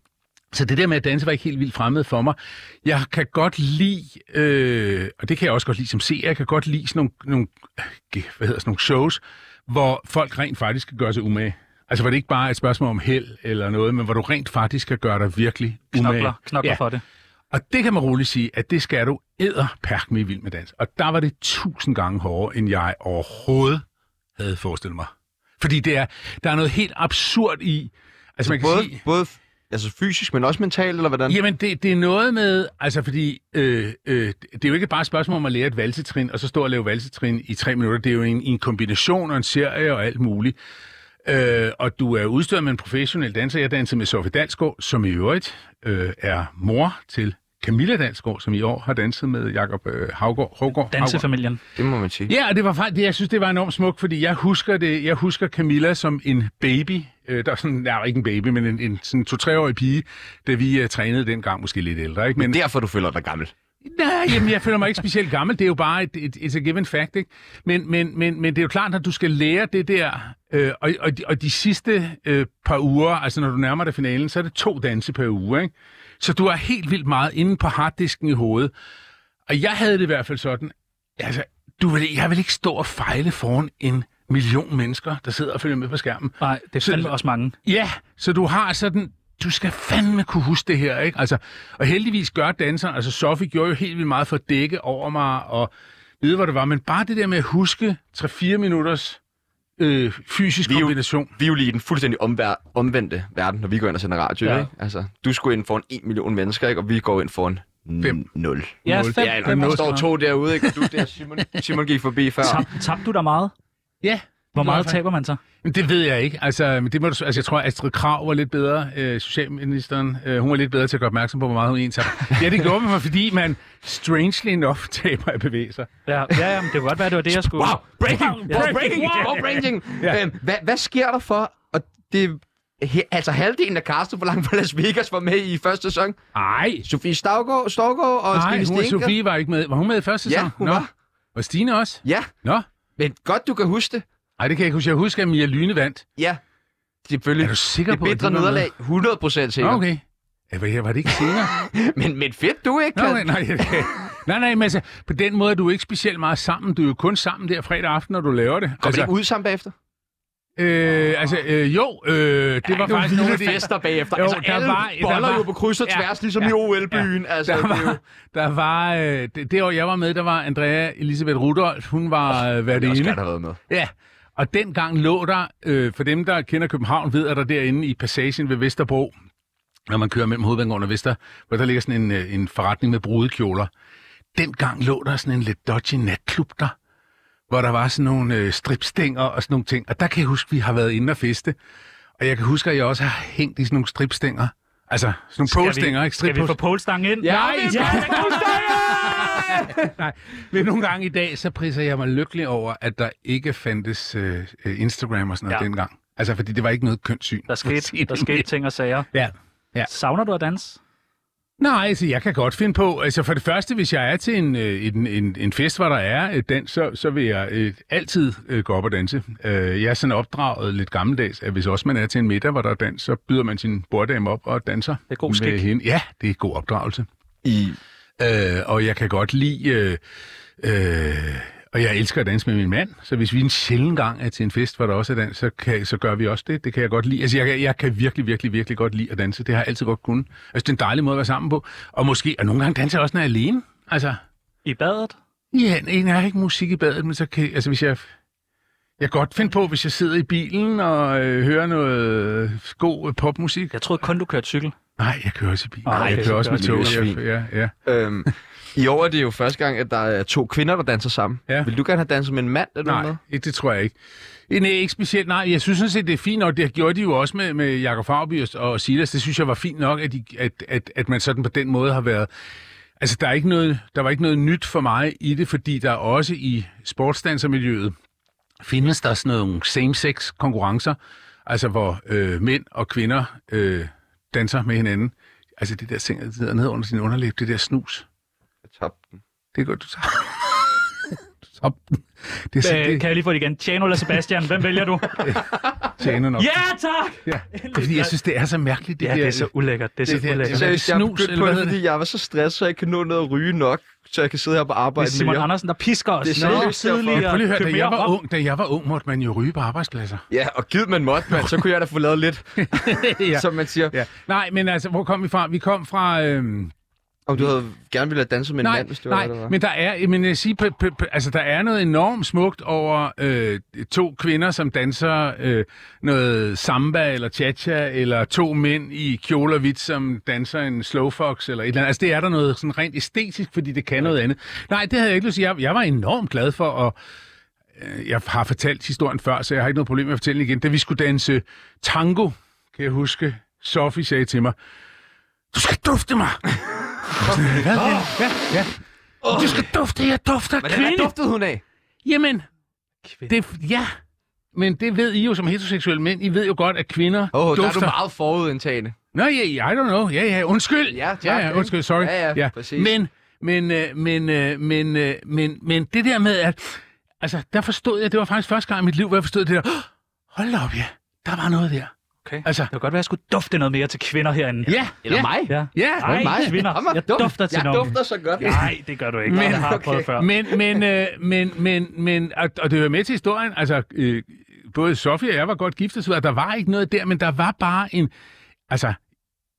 så det der med at danse var ikke helt vildt fremmed for mig. Jeg kan godt lide, øh, og det kan jeg også godt lide som seer, jeg kan godt lide sådan nogle, nogle, øh, hvad hedder, sådan nogle shows, hvor folk rent faktisk kan gøre sig umage. Altså, hvor det ikke bare er et spørgsmål om held eller noget, men hvor du rent faktisk kan gøre dig virkelig umage. Knokler, knokler ja. for det. Og det kan man roligt sige, at det skal du æderperk med i Vild Med Dans. Og der var det tusind gange hårdere, end jeg overhovedet havde forestillet mig. Fordi det er, der er noget helt absurd i... Altså, man kan Både, sige, både altså fysisk, men også mentalt, eller hvordan? Jamen, det, det er noget med... Altså, fordi øh, øh, det er jo ikke bare et spørgsmål om at lære et valsetrin, og så stå og lave valsetrin i tre minutter. Det er jo en, en kombination og en serie og alt muligt. Øh, og du er udstyret med en professionel danser. Jeg dansede med Sofie Dalsgaard, som i øvrigt øh, er mor til Camilla Dalsgaard, som i år har danset med Jakob øh, Havgård. Havgård Dansefamilien. Det må man sige. Ja, og det var faktisk, jeg synes, det var enormt smukt, fordi jeg husker, det, jeg husker Camilla som en baby. Øh, der er sådan, nej, ikke en baby, men en, en sådan to-treårig pige, da vi uh, trænede dengang, måske lidt ældre. Ikke? Men, Men derfor, du føler dig gammel. Nej, jamen, jeg føler mig ikke specielt gammel. Det er jo bare et, et, et given fact, ikke? Men, men, men, men det er jo klart, at du skal lære det der, øh, og, og, de, og de sidste øh, par uger, altså når du nærmer dig finalen, så er det to danse per uge, ikke? Så du er helt vildt meget inde på harddisken i hovedet. Og jeg havde det i hvert fald sådan, altså, du vil, jeg vil ikke stå og fejle foran en million mennesker, der sidder og følger med på skærmen. Nej, det er Så- fandme også mange. Ja, så du har sådan, du skal fandme kunne huske det her, ikke? Altså, og heldigvis gør danseren, altså Sofie gjorde jo helt vildt meget for at dække over mig og vide, hvor det var, men bare det der med at huske 3-4 minutters øh, fysisk Vi er jo- kombination. Vi er jo lige i den fuldstændig omvær- omvendte verden, når vi går ind og sender radio. Ja. Ja. Ikke? Altså, du skulle ind foran 1 million mennesker, ikke? og vi går ind foran Fem. 0. Ja, Nul. fem, Ja, eller fem der år står siden. to derude, ikke? og du der, Simon, Simon gik forbi før. Tab, tabte du der meget? Ja. Hvor Det var meget faktisk- taber man så? Men det ved jeg ikke. Altså, men det må du, altså, jeg tror, Astrid Krav var lidt bedre, øh, socialministeren. Øh, hun var lidt bedre til at gøre opmærksom på, hvor meget hun egentlig tager. ja, det gjorde man, fordi man strangely enough taber at bevæge sig. Ja, ja, ja, men det kunne godt være, det var det, jeg skulle... Wow, breaking, wow, Ja. breaking, wow, breaking. Ja. Øhm, hvad, hvad sker der for, og det he, altså halvdelen af castet, hvor langt fra Las Vegas var med i første sæson? Ej, Sofie Stavgaard, Storgård og nej, Stine hun og Stenker. Sofie var ikke med. Var hun med i første sæson? Ja, hun Nå. var. Og Stine også? Ja, Nå, men godt, du kan huske det. Ej, det kan jeg ikke huske. Jeg husker, at Mia Lyne vandt. Ja, selvfølgelig. Er du sikker det på, at bedre du var med? nederlag, 100 procent Nå, sikkert. okay. Ja, var, jeg- var det ikke senere? Men, men fedt, du ikke Nå, kan. okay, nej, jeg kan. nej, nej, men altså, på den måde er du ikke specielt meget sammen. Du er jo kun sammen der fredag aften, når du laver det. Kom altså, altså, ikke ud sammen bagefter? øh, altså øh, jo, øh, det var faktisk nogle af de... fester bagefter. Jo, altså, der alle var- der boller var- jo på kryds og Ja. tværs, ligesom Ja. i OL-byen. Altså, Der det er jo- var, der var øh, det, det år, jeg var med, der var Andrea Elisabeth Rudolf. Hun det var øh, er også værtinde. godt at have været med. Ja, og dengang lå der, øh, for dem, der kender København, ved at der derinde i passagen ved Vesterbro, når man kører mellem Hovedbanegården og Vester, hvor der ligger sådan en, øh, en forretning med brudekjoler. Dengang lå der sådan en lidt dodgy natklub der, hvor der var sådan nogle øh, stripstænger og sådan nogle ting. Og der kan jeg huske, vi har været inde og feste. Og jeg kan huske, at jeg også har hængt i sådan nogle stripstænger. Altså, sådan nogle polstænger, ikke? Skal vi få Strippost- polstangen ind? Nej, vi I skal skal ikke have Nej, men nogle gange i dag, så priser jeg mig lykkelig over, at der ikke fandtes øh, øh, Instagram og sådan noget Ja. ja. dengang. Altså, fordi det var ikke noget kønssyn. Der skete, der skete ting og sager. Ja. Ja. Savner du at danse? Nej, altså, jeg kan godt finde på. Altså, for det første, hvis jeg er til en, øh, en, en, en fest, hvor der er øh, dans, så, så vil jeg øh, altid øh, gå op og danse. Øh, jeg er sådan opdraget lidt gammeldags, at hvis også man er til en middag, hvor der er dans, så byder man sin borddame op og danser. er god med skik. hende. Ja, det er god opdragelse. I Øh, og jeg kan godt lide... Øh, øh, og jeg elsker at danse med min mand, så hvis vi en sjældent gang er til en fest, hvor der også er dans, så, kan, så gør vi også det. Det kan jeg godt lide. Altså, jeg, kan- jeg kan virkelig, virkelig, virkelig godt lide at danse. Det har jeg altid godt kunnet. Altså, det er en dejlig måde at være sammen på. Og måske, og nogle gange danser jeg også, når jeg er alene. Altså, I badet? ja, en er ikke musik i badet, men så kan altså, hvis jeg... Jeg kan godt finde på, hvis jeg sidder i bilen og øh, hører noget øh, god øh, popmusik. Jeg troede kun, du kørte cykel. Nej, jeg kører også i bil. Ej, Nej, jeg det kører også gør med tog. det. Jeg- Ja, ja. Øhm, I år er det jo første gang, at der er to kvinder, der danser sammen. Ja. Vil du gerne have danset med en mand? Eller Nej, Noget? ikke, det tror jeg ikke. Eh, Nej, ikke specielt. Nej, jeg synes sådan set, det er fint nok. Det gjorde de jo også med, med Jakob Fagerby og- og Silas. Det synes jeg var fint nok, at, de, at, at, at man sådan på den måde har været... Altså, der, er ikke noget, der var ikke noget nyt for mig i det, fordi der også i sportsdansermiljøet findes der sådan nogle same-sex konkurrencer, altså hvor øh, mænd og kvinder øh, danser med hinanden. Altså det der ting, der sidder ned under sin underlæb, det der snus. Jeg tabte den. Det er godt, du tager. du tager den. Det er sådan, Øh, det kan jeg lige få det igen? Tjano eller Sebastian? Hvem vælger du? tjener nok. ja, tak! Ja, det er fordi jeg synes, det er så mærkeligt, det Ja, der. det er så ulækkert. Det er det så der- ulækkert. det er Seriøst, jeg snus, snus, eller på hvad det, hedder fordi jeg var så stresset, at jeg kan nå ned og ryge nok, så jeg kan sidde her og Det arbejde er Simon mere. Andersen, der pisker os. Det er Nå, seriøst derfor. tidligere. Ja, prøv lige at høre, Køb da jeg mere var op. ung, da jeg var ung, måtte man jo ryge på arbejdspladser. Ja, og givet man måtte, mand, så kunne jeg da få lavet lidt, ja. som man siger. ja. Nej, men altså, hvor kom vi fra? Vi kom fra... Øhm, Om du havde gerne ville have danset med en nej, mand, hvis det var, nej, det var. men der er, men jeg siger, p- p- p- altså, der er noget enormt smukt over øh, to kvinder, som danser øh, noget samba eller cha-cha, eller to mænd i kjole og hvidt, som danser en slowfox eller et eller andet. Altså, det er der noget sådan rent æstetisk, fordi det kan noget andet. Nej, det havde jeg ikke lyst til. Jeg, jeg var enormt glad for at øh, jeg har fortalt historien før, så jeg har ikke noget problem med at fortælle den igen. Da vi skulle danse tango, kan jeg huske, Sofie sagde til mig, du skal dufte mig. Jeg var sådan, Hvad? Ja, ja. Du skal dufte, jeg dufter Men hvad kvinde. duftede hun af? Jamen, Kvinde. det, ja. Men det ved I jo som heteroseksuelle mænd. I ved jo godt, at kvinder Åh, oh, der er du dufter. meget forudindtagende. Nå, ja, yeah, I don't know. Ja, ja, undskyld. Ja, tak, ja, ja ikke? undskyld, sorry. Ja, ja, præcis. Men, men, øh, men, øh, men, øh, men, men det der med, at... Altså, der forstod jeg, det var faktisk første gang i mit liv, hvor jeg forstod det der. "Åh, Hold da op, ja. Der var noget der. Okay. Altså- Altså. Det kunne godt være, at jeg skulle dufte noget mere til kvinder herinde. Ja, Eller ja, mig? Ja. Ja, Ej, mig? kvinder. Ham er Jeg dumt. dufter til Jeg nogen. dufter så godt. Nej, det gør du ikke. Men- Men, det har jeg prøvet okay. før. Men, men, øh, men, men, men, og, og det hører med til historien, altså, øh, både Sofie og jeg var godt gift og så videre, der var ikke noget der, men der var bare en, altså,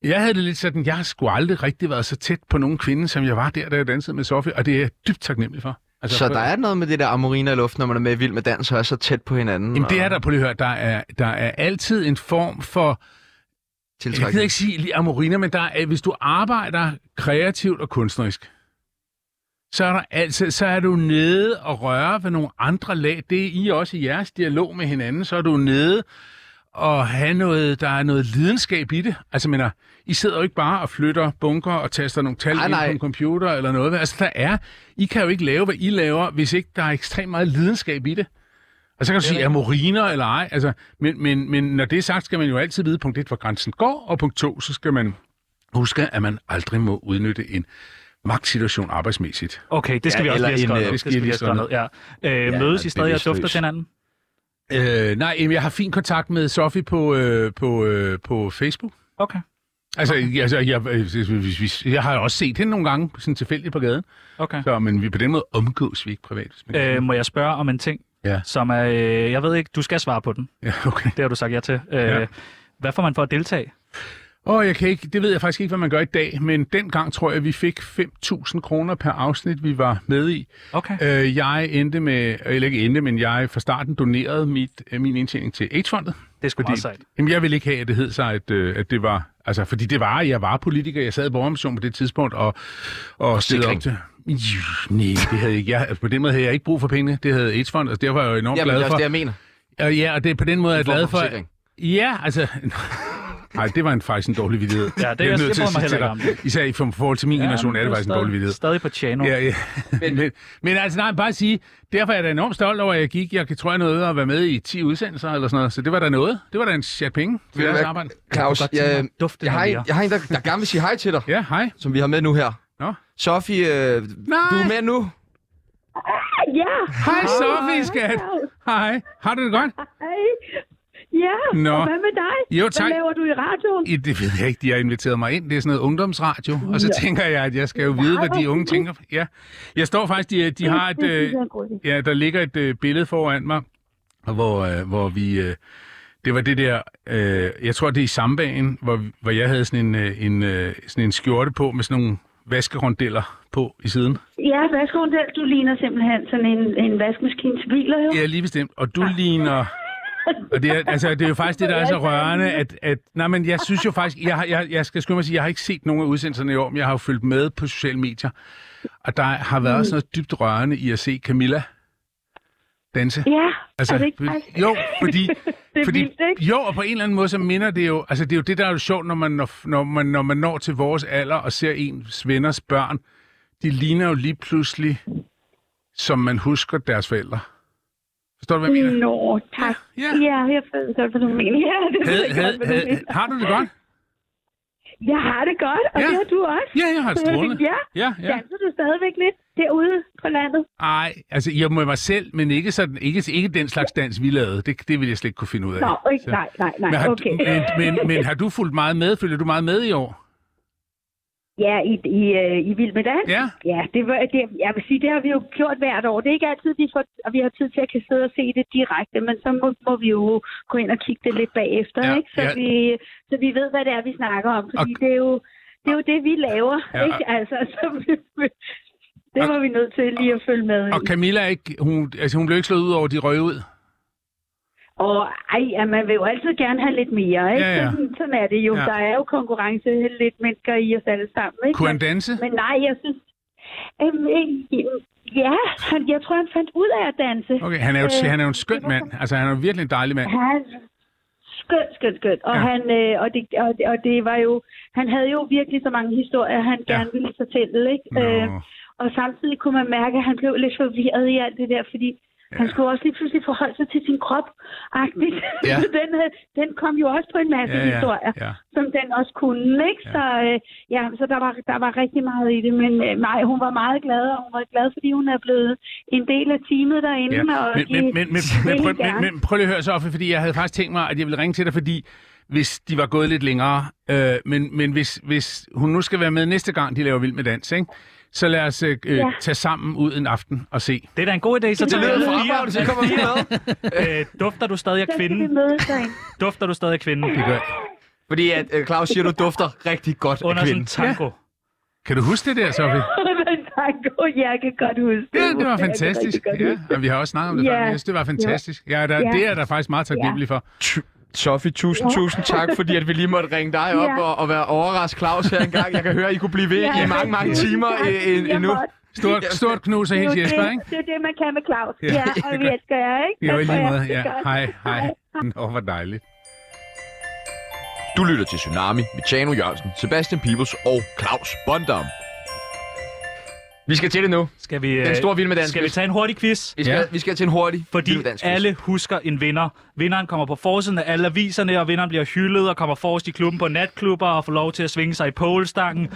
jeg havde det lidt sådan, jeg har sgu aldrig rigtig været så tæt på nogen kvinde, som jeg var der, da jeg dansede med Sofie, og det er jeg dybt taknemmelig for. Altså, Så for- der er noget med det der amoriner i luften, når man er med i vild med dans og er så tæt på hinanden. Jamen, det er og der, på lige at høre, der er, der er altid en form for, jeg tiltrækning. gider ikke sige lige amoriner, men der er, hvis du arbejder kreativt og kunstnerisk, så er, der altså, så er du nede og røre ved nogle andre lag. Det er I også i jeres dialog med hinanden, så er du nede og have noget, der er noget lidenskab i det. Altså, mener, I sidder jo ikke bare og flytter bunker og taster nogle tal Nej, ind nej. på en computer eller noget. Altså, der er, I kan jo ikke lave, hvad I laver, hvis ikke der er ekstremt meget lidenskab i det. Og så kan du sige, er moriner eller ej? Altså, men, men, men når det er sagt, skal man jo altid vide, punkt 1, hvor grænsen går, og punkt 2, så skal man huske, at man aldrig må udnytte en magtsituation arbejdsmæssigt. Okay, det skal Ja, ja, vi også eller lige have skrevet ned. en, øh, Det skal vi lige have skrevet ned, ja. Øh, Ja, mødes det er I stadig og vist dufter løs. til hinanden? Øh, nej, jamen, jeg har fin kontakt med Sofie på, øh, på, øh, på Facebook. Okay. Altså, jeg, altså jeg, jeg, jeg har også set hende nogle gange, sådan tilfældigt på gaden. Okay. Så, men vi, på den måde omgås vi ikke privat. Hvis man kan sige. Øh, må jeg spørge om en ting, Ja. som er... Øh, jeg ved ikke, du skal svare på den. ja, okay. Det har du sagt ja til. Øh, Ja. Hvad får man for at deltage? Åh, jeg kan ikke, det ved jeg faktisk ikke, hvad man gør i dag, men dengang tror jeg, vi fik 5.000 kroner per afsnit, vi var med i. Okay. Øh, jeg endte med, eller ikke endte, men jeg fra starten donerede mit, øh, min indtjening til AIDS-fondet. Det er sgu meget sejt. Jamen, jeg ville ikke have, at det hed sig, at, øh, at det var... Altså, fordi det var, jeg var politiker, jeg sad i borgermission på det tidspunkt, og, og stillede op Sikring. til... Nej, det havde jeg ikke. Jeg, altså, på den måde havde jeg ikke brug for penge. Det havde AIDS-fondet, og derfor var jeg jo enormt Jamen, det er glad også for. det, jeg mener. Og ja, og det er på den måde, jeg er form glad for for... forsikring. Ja, altså... Nej, det var en, faktisk en dårlig vidighed. det er Jeg jeg- nødt jeg til at bryder mig sige til heller ikke dig. Især i for- forhold til min generation men er det du faktisk en stadig- dårlig vidighed. Stadig på Tjano. Ja, ja. Men, men, men altså, nej, bare sige, derfor er jeg da enormt stolt over, at jeg gik. Jeg tror, jeg nåede at være med i 10 udsendelser eller sådan noget, så det var da noget. Det var da en chat penge til Ved du deres hvad, arbejde. Claus, Jeg kunne godt tænke mig jeg, at dufte øh, jeg, har noget en, mere. jeg har en, der, der gerne vil sige hej til dig, Ja, hej. som vi har med nu her. Nå. Sofie, øh, du er med nu. Ja, Hej, Sofie, skat. Hej. Har du det godt? hej. Ja, Nå. og hvad med dig? Jo, tak. Hvad laver du i radioen? I, det ved jeg ikke, de har inviteret mig ind. Det er sådan noget ungdomsradio. Og så tænker jeg, at jeg skal jo vide, hvad de unge tænker. Ja. Jeg står faktisk, de, de har et... Det Øh, synes jeg er en god idé. ja, der ligger et øh, billede foran mig, hvor, øh, hvor vi... Øh, det var det der, øh, jeg tror det er i sambagen, hvor, hvor jeg havde sådan en, øh, en, øh, sådan en skjorte på med sådan nogle vaskerondeller på i siden. Ja, værsgo, der. Du ligner simpelthen sådan en, en vaskemaskine til biler, jo. Ja, lige bestemt. Og du ligner... Og det er, altså, det er jo faktisk det, der er så rørende, at... at nej, men jeg synes jo faktisk... Jeg, har- jeg, jeg skal skynde mig at sige, jeg har ikke set nogen af udsendelserne i år, men jeg har jo fulgt med på sociale medier. Og der har været sådan noget dybt rørende i at se Camilla danse. Ja, altså, er det ikke fordi- faktisk? jo, fordi... Det er fordi, vildt, ikke? Jo, og på en eller anden måde, så minder det jo... Altså, det er jo det, der er jo sjovt, når man når, når man, når man når til vores alder og ser ens venners børn. De ligner jo lige pludselig, som man husker deres forældre. Forstår du, hvad jeg mener? Nå, tak. Ja. Mm. Ja, jeg ved godt, hvad du mener. Ja, det ved Havde, jeg havde, godt, hvad du havde, mener. har du det godt? Jeg har det godt, og Ja. det har du også. Ja, jeg har det Det er strålende. det, ja. ja, ja. Danser du stadigvæk lidt derude på landet? Ej, altså jeg må mig selv, men ikke, sådan, ikke, ikke den slags dans, vi lavede. Det, det vil jeg slet ikke kunne finde ud af. Nå, ikke, Så- nej, nej, men, nej, har, okay. du, men, men, men har du fulgt meget med? Følger du meget med i år? Ja, i, i, øh, i Vild med Dans? Ja. Ja, det, var- det, jeg vil sige, det har vi jo gjort hvert år. Det er ikke altid, vi, får, og vi har tid til at kan sidde og se det direkte, men så må, må vi jo gå ind og kigge det lidt bagefter, Ja, ikke? Så, ja. vi, så vi ved, hvad det er, vi snakker om. Fordi Og- det, er jo, det er jo det, vi laver, Ja, ikke? Altså, så vi, det Og- var vi nødt til lige at følge med i. Og Camilla er ikke, hun, altså, hun blev ikke slået ud over de røg ud. Og ej, ja, man vil jo altid gerne have lidt mere, ikke? Ja, ja. Sådan, sådan er det jo. Ja. Ja. Der er jo konkurrence lidt mennesker i os alle sammen, ikke? Kunne han danse? Men nej, jeg synes... Øhm, øh, ja, han, jeg tror, han fandt ud af at danse. Okay, han er jo, han er jo en skøn mand. Altså han er jo virkelig en dejlig mand. Øh, Han, skøn, skøn, skøn. Og, Ja. ja. han, øh, og, det, og, det- og det var jo... Han havde jo virkelig så mange historier, han Ja. gerne ville fortælle, ikke? Øhm, Nå. og samtidig kunne man mærke, at han blev lidt forvirret i alt det der, fordi ja. han skulle også lige pludselig forholde sig til sin krop. -agtigt. Ja. Ja. den, havde- den kom jo også på en masse Ja, ja, historier, ja. som den også kunne, ikke? Ja. Så, øh, ja, så der, var, der var rigtig meget i det, men øh, nej, hun var meget glad, og hun var glad, fordi hun er blevet en del af teamet derinde. Ja. Men, Og men, men, men, men, vil prøv, gerne. men, men prøv lige at høre så, Offe, fordi jeg havde faktisk tænkt mig, at jeg ville ringe til dig, fordi hvis de var gået lidt længere, øh, men, men hvis, hvis hun nu skal være med næste gang, de laver Vild med Dans, ikke? så lad os øh, ja. tage sammen ud en aften og se. Det er da en god idé, så tager Tillykke vi fra alle arbejde, så fire. kommer vi med. Øh, dufter du stadig af så skal vi kvinden? mødes derinde. Dufter du stadig af kvinden? Det gør. Fordi at øh, Claus siger, du dufter rigtig godt af Under sådan en kvinden. tango. Kan du huske det der, Sofie? Men tak, jeg kan godt huske Ja, det var Jeg kan fantastisk. rigtig godt Ja, huske det. og vi har også snakket om det Ja. før, men jeg synes, det var fantastisk. Ja, der, Ja. det er der faktisk meget taknemmelig for. Sofie, tusind, tusind tak, fordi at vi lige måtte ringe dig op Ja. og, og være overrasket Claus her engang. Jeg kan høre, at I kunne blive ved i mange, mange tusind timer tak, øh, øh, jeg endnu. måtte. Stort, stort knus af Det er hendes jo Jesper, det- ikke? Det er det, man kan med Claus. Ja, Ja, det er og vi godt. elsker jer, ikke? Jo, i Tak for lige jer. måde. Det er Ja, godt. hej, hej. Nå, hvor dejligt. Du lytter til Tsunami med Tjano Jørgensen, Sebastian Pibels og Claus Bondam. Vi skal til det nu. Skal vi, øh, Den store vild med dansk skal vi quiz. tage en hurtig quiz? Vi skal, Ja. vi skal til en hurtig Fordi Vild Med Dans quiz. alle husker en vinder. Vinderen kommer på forsiden af alle aviserne, og vinderen bliver hyldet og kommer forrest i klubben på natklubber og får lov til at svinge sig i polestangen.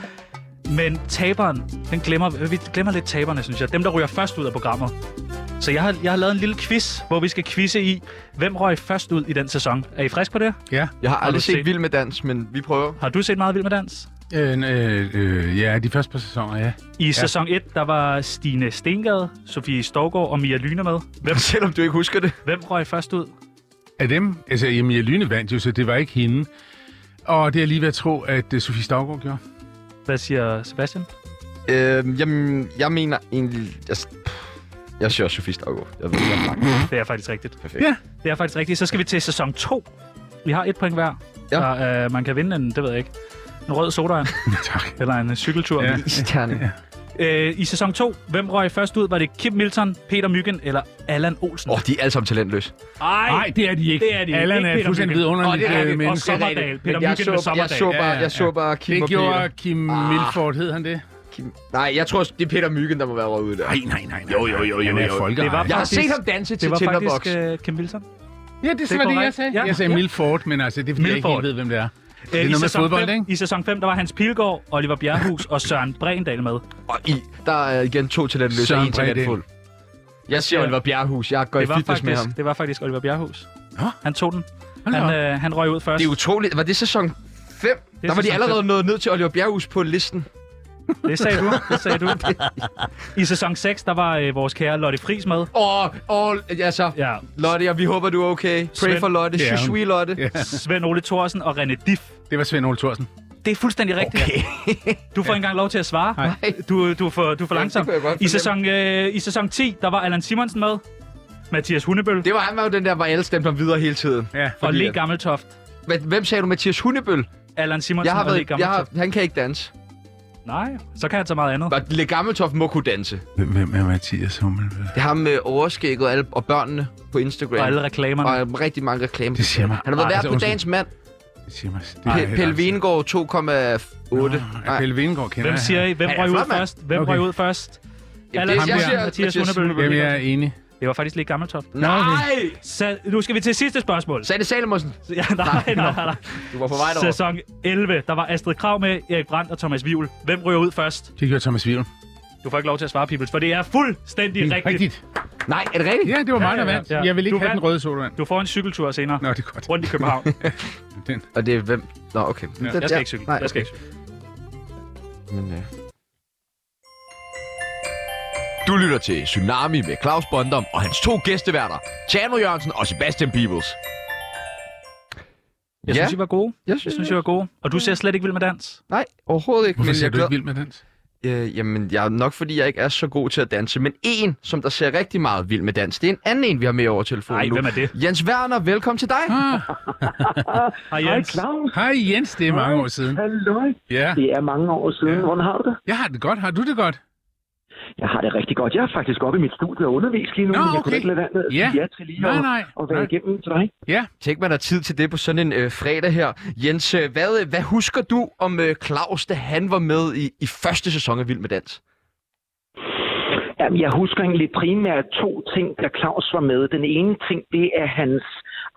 Men taberen, den glemmer, øh, vi glemmer lidt taberne, synes jeg. Dem, der ryger først ud af programmet. Så jeg har, jeg har lavet en lille quiz, hvor vi skal quizze i, hvem røg først ud i den sæson. Er I frisk på det? Ja, Jeg har aldrig du set set- Vild med Dans, men vi prøver. Har du set meget Vild med Dans? øh, øh, øh, ja, de første par sæsoner, ja. I ja. sæson 1, der var Stine Stengade, Sofie Storgård og Mia Lyne med. Hvem, Selvom du ikke husker det. hvem røg først ud? Af dem? Altså, jamen, jeg lyne vandt jo, så det var ikke hende. Og det er lige ved at tro, at uh, Sofie Stavgaard gjorde. Hvad siger Sebastian? Øh, jamen, jeg mener egentlig... Jeg, pff, jeg siger også Sofie Stavgaard. Jeg ved, jeg er blank. Det er faktisk rigtigt. Perfekt. Ja. Det er faktisk rigtigt. Så skal vi til sæson 2. Vi har et point hver. Ja. Så øh, man kan vinde en, det ved jeg ikke, en rød sodavand tak. eller en øh, cykeltur. Ja. Ja. Isterning. Åh, Øh, I sæson 2, hvem røg først ud? Var det Kim Milton, Peter Myggen eller Allan Olsen? oh, de er alle sammen talentløse. Ej, Nej, det er de ikke. Det er de ikke. Allan Ikke er Peter fuldstændig Mygind. Åh, det er vidunderligt rigtigt. øh, og menneske. Sommerdal. Peter Men Myggen jeg med så, jeg Sommerdal. så bare, Ja, ja, jeg så ja. bare Kim Det og Peter. gjorde Kim ah. Milford, hed han det? Kim. Nej, jeg tror, det er Peter Myggen, der må være ude der. Nej, nej, nej. nej. Jo, jo, jo. jo, jo. jo. Det var- Jeg har faktisk- set ham danse til Det var Tinderbox. faktisk øh, Kim Milton. Ja, det, det var det, korrekt. jeg sagde. Ja. Jeg sagde Ja. Milford, men altså, det er fordi, jeg ikke Milford. helt ved, hvem det er. Det Øh, er i noget med sæson fodbold, fem- ikke? I sæson 5, der var Hans Pilgaard, Oliver Bjerrehus og Søren Brendal med. Og I, der er igen to talentløse og Søren en Bredal. talentfuld. Jeg siger Oliver Bjerrehus. Jeg går i Det var, fitness med ham. faktisk, det var faktisk Oliver Bjerrehus. Nå. Han tog den. da Han, øh, han røg ud først. Det er utroligt. Var det sæson 5? Der var de sæson allerede fem. nået ned til Oliver Bjerrehus på listen. Det sagde du. Det sagde du. I sæson 6, der var øh, vores kære Lotte Friis med. Åh, åh, altså. Ja. Lotte, og vi håber, du er okay. Pray Svend. for Lotte. Det er Yeah. hun. Shui Lotte. Ja. Svend Ole Thorsen og René Diff. Det var Svend Ole Thorsen. Det er fuldstændig rigtigt. Okay. Du får ikke engang lov til at svare. Nej. Du, du, er for, du er for Jamen, langsom. det kunne jeg godt I sæson, fornemme. øh, I sæson 10, der var Allan Simonsen med. Mathias Hundebøl Det var han var jo den der, hvor alle stemte ham videre hele tiden. Ja, og fordi Le at- Gammeltoft. Men Hvem sagde du, Mathias Hundebøl? Allan Simonsen Jeg har og Le været, jeg Gammeltoft. har, han kan ikke danse. Har... Nej, så kan han så meget andet. Og Le Gammeltoft må kunne danse. Hvem, hvem er Mathias Hummelbøl? Det er ham med overskægget og, alle, og børnene på Instagram. Og alle reklamerne. og øh, rigtig mange reklamer. Det siger mig. Han har været Ej, vært altså, på undskyld. Dagens Mand. Det siger mig. Det Pe- er- Pelle Vingård 2,8. Nå, Nej, Ah, Pelle Vingård kender Hvem jeg. siger I? Hvem Han er røg ud flot, mand. først? Hvem Okay. røg ud først? det- Allan jeg Hammer, siger Mathias Mathias Hundebøl. Jamen, jeg er enig. Det var faktisk Le Gammeltoft. nej! Så nu skal vi til sidste spørgsmål. Sagde det Salomonsen? Ja, nej, nej, nej, nej. Du var på vej derover. Sæson 11, der var Astrid Krav med Erik Brandt og Thomas Vivl. Hvem ryger ud først? Det gjorde Thomas Vivl. Du får ikke lov til at svare, Pibels, for det er fuldstændig rigtigt. Rigtigt. Nej, er det rigtigt? Ja, det var mig, der ja, vandt. ja. Jeg vil ikke Du have den vandt. røde sodavand. Du får en cykeltur senere Nå, det er godt. rundt i København. Den. Og det er hvem? Nå, okay. Ja, Jeg skal ikke cykle. Nej, Jeg skal okay. ikke cykle. Men, øh. ja. Du lytter til Tsunami med Claus Bondum og hans to gæsteværter, Tjano Jørgensen og Sebastian Peebles. Jeg Ja. synes, I var gode. Jeg Jeg synes, øh, synes, I var gode. Og du ser slet ikke vild med dans. Nej, overhovedet ikke. Hvorfor men ser jeg du ikke glæder- vild med dans? Øh, jamen, jeg er nok fordi, jeg ikke er så god til at danse. Men en, som der ser rigtig meget vild med dans, det er en anden en, vi har med over telefonen Nej, nu. hvem er det? Jens Werner, velkommen til dig. Ah, Hej, Hej Jens. Claus, hej Jens, det er mange år siden. hallo. Ja, Det er mange år siden. Ja. Hvordan har du det? jeg har det godt. Har du det godt? Jeg har det rigtig godt. Jeg er faktisk oppe i mit studie og underviser lige nu, Nå, men jeg okay. kunne ikke lade være med at sige Ja. ja til lige Nej, at- nej. at være nej. igennem til dig. Tænk, man har tid til det på sådan en øh, fredag her. Jens, øh, hvad, øh, hvad husker du om øh, Claus, da han var med i, i første sæson af Vild med Dans? Jamen, jeg husker egentlig primært to ting, da Claus var med. Den ene ting, det er hans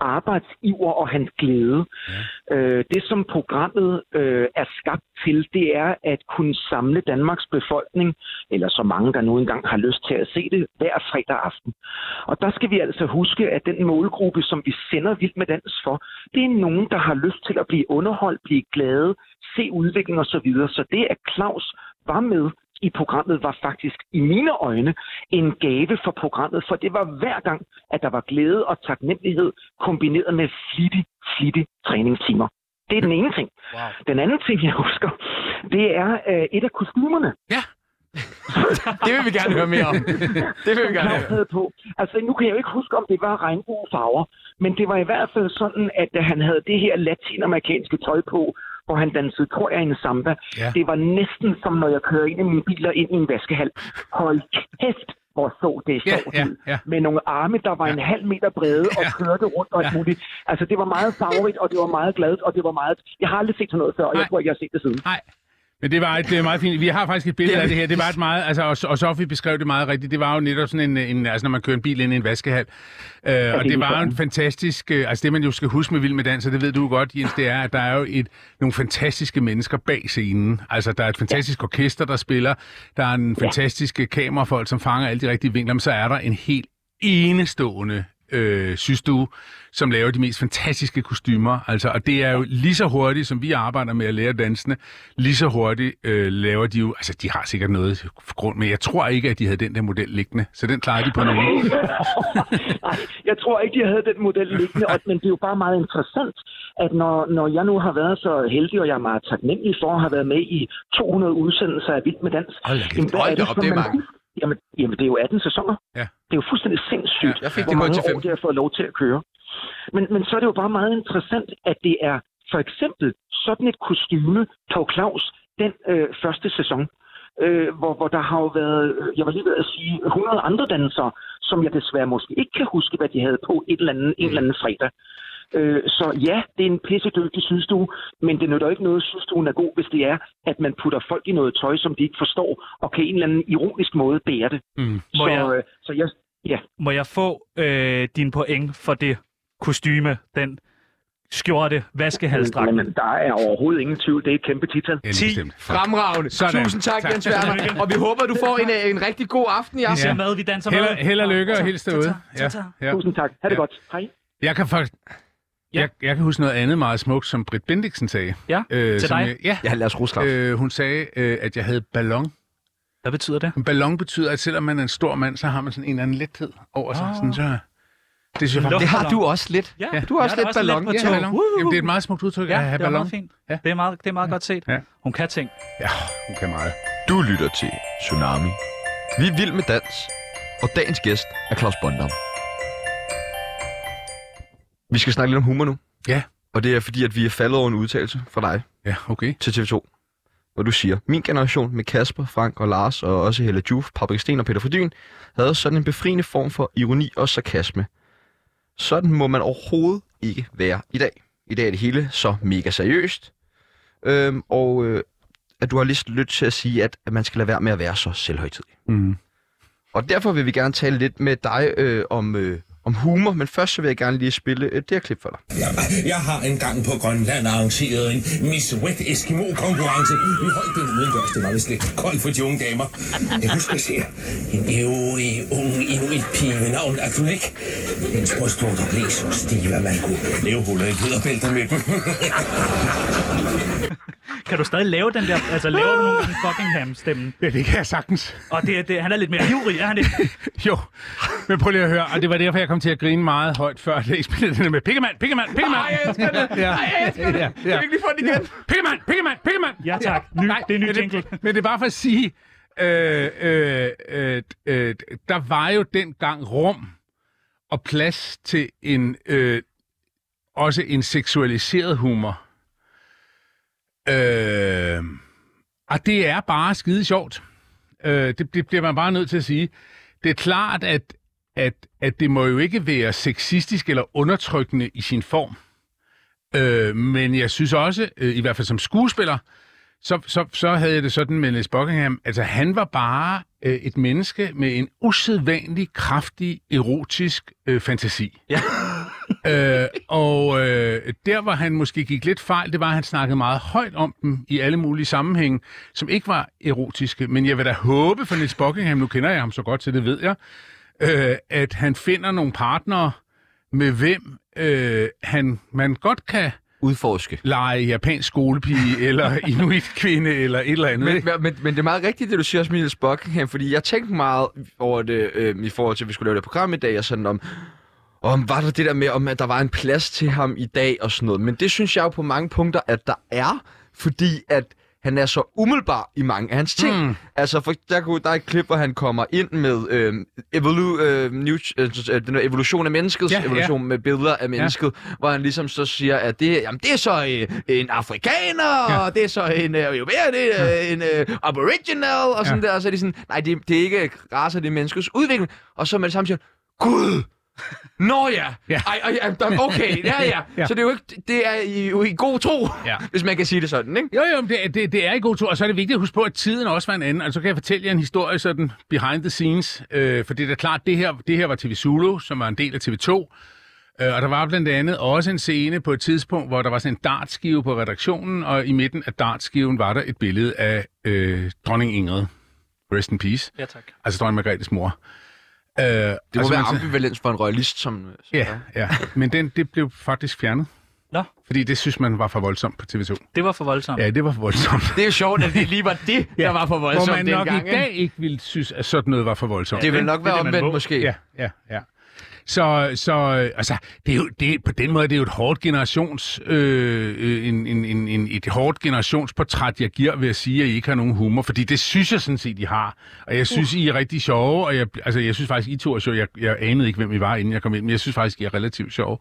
arbejdsiver og hans glæde. Ja. Øh, det, som programmet øh, er skabt til, det er at kunne samle Danmarks befolkning, eller så mange, der nu engang har lyst til at se det, hver fredag aften. Og der skal vi altså huske, at den målgruppe, som vi sender Vild med Dans for, det er nogen, der har lyst til at blive underholdt, blive glade, se udvikling osv. Så det, at Claus var med i programmet var faktisk i mine øjne en gave for programmet, for det var hver gang, at der var glæde og taknemmelighed kombineret med flittig, flittig træningstimer. Det er den ene ting. Wow. Den anden ting, jeg husker, det er øh, et af kostymerne, Det vil vi gerne høre mere om. Det vil vi gerne Claus høre. havde på. Altså, nu kan jeg jo ikke huske, om det var regnbuefarver, men det var i hvert fald sådan, at da han havde det her latinamerikanske tøj på, hvor han dansede, tror jeg, en samba. Ja. Det var næsten som, når jeg kører en af mine biler ind i en vaskehal. Hold kæft, hvor så det Ja, sjovt ja, ud. ja. Med nogle arme, der var en halv meter brede og kørte rundt og alt muligt. Altså, det var meget farverigt, og det var meget glad, og det var meget... Jeg har aldrig set sådan noget før, og jeg Nej. tror ikke, jeg har set det siden. Nej. Men det var et, det er meget fint. Vi har faktisk et billede af det her. Det var et meget, altså, og, og Sofie beskrev det meget rigtigt. Det var jo netop sådan en, en altså, når man kører en bil ind i en vaskehal. Øh, og det var jo en fantastisk, øh, altså det man jo skal huske med Vild med Dans, og det ved du jo godt, Jens, det er, at der er jo et, nogle fantastiske mennesker bag scenen. Altså der er et fantastisk orkester, der spiller. Der er en fantastisk øh, kamerafolk, som fanger alle de rigtige vinkler. Men så er der en helt enestående øh, synes du, som laver de mest fantastiske kostymer. Altså, og det er jo lige så hurtigt, som vi arbejder med at lære dansene, lige så hurtigt øh, laver de jo... Altså, de har sikkert noget grund, men jeg tror ikke, at de havde den der model liggende. Så den klarede de på nogen. Nej, jeg tror ikke, jeg havde den model liggende, og, men det er jo bare meget interessant, at når, når jeg nu har været så heldig, og jeg er meget taknemmelig for at have været med i 200 udsendelser af Vild med Dans, Hold da kæft. jamen, hvad Hold da op, som det er man- mange. Jamen, jamen, det er jo 18 sæsoner. Ja. Det er jo fuldstændig sindssygt, Ja, ja, jeg fik hvor det gået mange til år fem. det har fået lov til at køre. Men, men så er det jo bare meget interessant, at det er for eksempel sådan et kostyme på Claus den øh, første sæson, øh, hvor, hvor der har jo været, øh, jeg var lige ved at sige, 100 andre dansere, som jeg desværre måske ikke kan huske, hvad de havde på et eller andet, en eller anden fredag. Øh, så ja, det er en pissedygtig sydstue, men det nytter ikke noget, sydstuen er god, hvis det er, at man putter folk i noget tøj, som de ikke forstår, og kan en eller anden ironisk måde bære det. Mm. Må så, jeg- øh, så jeg, Må jeg få øh, din point for det kostyme, den skjorte, vaskehalsdragt? men der er overhovedet ingen tvivl, det er et kæmpe titel. Ja, 10. bestemt. Fremragende. Sådan. Tusind tak, Tak. Jens Werner. Og vi håber, du får en, øh, en rigtig god aften i Vi aften. ser Ja. med, vi danser Held, med. og- held og lykke og hils derude. Ja, ja. Tusind tak. Ha' det Ja. godt. Hej. Jeg kan faktisk... Ja. Jeg, jeg kan huske noget andet meget smukt, som Britt Bendiksen sagde. Ja, til Øh, som dig. Jeg, ja, Ja, lad os ruske øh, øh, hun sagde, øh, at jeg havde ballon. Hvad betyder det? Ah. En ballon betyder, at selvom man er en stor mand, så har man sådan en eller anden lethed over sig. Sådan, så, Det synes jeg faktisk. Det har du også lidt. Ja, Du har også jeg lidt da ballon. på Ja, tog. Ballon. Woohoo. Jamen, det er et meget smukt udtryk at Ja, have det er ballon. meget fint. Ja. Det er meget, det er meget godt set. Ja. Hun kan ting. Ja, hun kan meget. Du lytter til Tsunami. Vi er vild med dans, og dagens gæst er Claus Bondam. Vi skal snakke lidt om humor nu. Ja. Og det er fordi, at vi er faldet over en udtalelse fra dig Ja, okay. til TV2, hvor du siger, min generation med Kasper, Frank og Lars, og også Hella Juf, Patrick Sten og Peter Fordyn, havde sådan en befriende form for ironi og sarkasme. Sådan må man overhovedet ikke være i dag. I dag er det hele så mega seriøst. Øhm, og øh, at du har lige lyst til at sige, at, at man skal lade være med at være så selvhøjtid. Mm. Og derfor vil vi gerne tale lidt med dig øh, om, øh, om humor, men først så vil jeg gerne lige spille øh, det her klip for dig. Jeg har engang på Grønland arrangeret en Miss Wet Eskimo-konkurrence. Vi holdt den udendørs. Det var vist lidt koldt for de unge damer. Jeg husker ser en ævrig ung inuit pige ved navn Akronik. Hendes brystvorter blev så stive, at man kunne lave huller i kederbælter med dem. Kan du stadig lave den der, altså lave den nogle gange fucking ham-stemmen? Ja, det kan jeg sagtens. Og det, det, han er lidt mere ivrig, er han ikke? Jo, men prøv lige at høre, og det var derfor, jeg kom til at grine meget højt før, da I spillede den der med Pikkemand, Pikkemand, Pikkemand! Nej, jeg elsker det! Ja. Nej, jeg elsker det! Ja, ja. Jeg vil lige få den igen! Pikkemand, Pikkemand, Pikkemand! Ja, tak. Ny- det er ny men jingle. Men det er bare for at sige, øh, øh, øh, øh, der var jo dengang rum og plads til en, øh, også en seksualiseret humor. Øh, og det er bare skide sjovt. Øh, det, det bliver man bare nødt til at sige. Det er klart, at, at, at det må jo ikke være sexistisk eller undertrykkende i sin form. Øh, men jeg synes også, øh, i hvert fald som skuespiller, så, så, så havde jeg det sådan med Niels Buckingham. Altså, han var bare øh, et menneske med en usædvanlig kraftig erotisk øh, fantasi. Ja. øh, og øh, der, hvor han måske gik lidt fejl, det var, at han snakkede meget højt om dem i alle mulige sammenhænge, som ikke var erotiske. Men jeg vil da håbe for Niels Buckingham, nu kender jeg ham så godt, så det ved jeg, øh, at han finder nogle partnere, med hvem øh, han, man godt kan Udforske. lege japansk skolepige, eller inuit kvinde, eller et eller andet. Men, ikke? men, men, men det er meget rigtigt, det du siger også, Niels Buckingham, fordi jeg tænkte meget over det øh, i forhold til, at vi skulle lave det program i dag, og sådan om, om var der det der med, om at der var en plads til ham i dag og sådan noget. Men det synes jeg jo på mange punkter, at der er, fordi at han er så umiddelbar i mange af hans Hmm. ting. Mm. Altså, for, der, kunne, der er et klip, hvor han kommer ind med øh, evolu, øh, new, øh, øh, den der evolution af mennesket, Ja, ja, ja. evolution ja. med billeder af mennesket, ja. hvor han ligesom så siger, at det, jamen, det er så øh, en afrikaner, Ja. ja. og det er så en øh, jo mere, det er øh, en øh, aboriginal, og sådan ja. der. Og så er de sådan, nej, det, det er ikke raser, det er menneskets udvikling. Og så med det samme siger, han, Gud! Nå ja! Ja. ja. Ej, ej, ej, der- okay, ja, ja. Ja. ja. Så det er jo ikke, det er i- jo i god tro, Ja. ja. hvis man kan sige det sådan, ikke? Jo, jo, men det, det, det er i god tur, og så er det vigtigt at huske på, at tiden også var en anden. Altså, så kan jeg fortælle jer en historie sådan behind the scenes, øh, for det er da klart, det her, det her var TV Zulu, som var en del af TV2, øh, og der var blandt andet også en scene på et tidspunkt, hvor der var sådan en dartskive på redaktionen, og i midten af dartskiven var der et billede af øh, dronning Ingrid. Rest in peace. Ja, tak. Altså dronning Margrethes mor. Øh, det Det må altså, være ambivalens for en royalist, som... øh, som Ja, der. ja. Men den, det blev faktisk fjernet. Nå. Fordi det synes man var for voldsomt på TV2. Det var for voldsomt. Ja, det var for voldsomt. Det er jo sjovt, at det lige var det, Ja. ja. der var for voldsomt Hvor man nok dengang, i dag ikke ville synes, at sådan noget var for voldsomt. Ikke? Det vil nok være det, man må. omvendt, måske. Ja, ja, ja. Så, så øh, altså, det er jo, det, er- på den måde det er jo et hårdt generations, øh, øh, en, en, en, en, et hårdt generationsportræt, jeg giver ved at sige, at I ikke har nogen humor, fordi det synes jeg sådan set, I har. Og jeg synes, I er rigtig sjove, og jeg, altså, jeg synes faktisk, I to er sjove. Jeg, jeg anede ikke, hvem I var, inden jeg kom ind, men jeg synes faktisk, I er relativt sjove.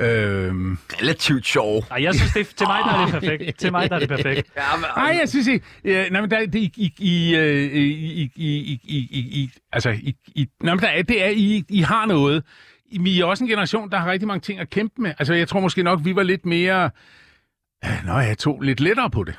Øhm, Relativt sjov. Ej, jeg synes, det er, til mig der er det perfekt. Til mig der er det perfekt. Ja, men, Nej, jeg synes ikke. Ja, nej, men der, det, I, I, I, øh, I, I, I, I, I, I, altså, I, I, nej, men der, er- det er, I, I har noget. I, I er også en generation, der har rigtig mange ting at kæmpe med. Altså, jeg tror måske nok, vi var lidt mere... Øh, Nå, jeg tog lidt lettere på det.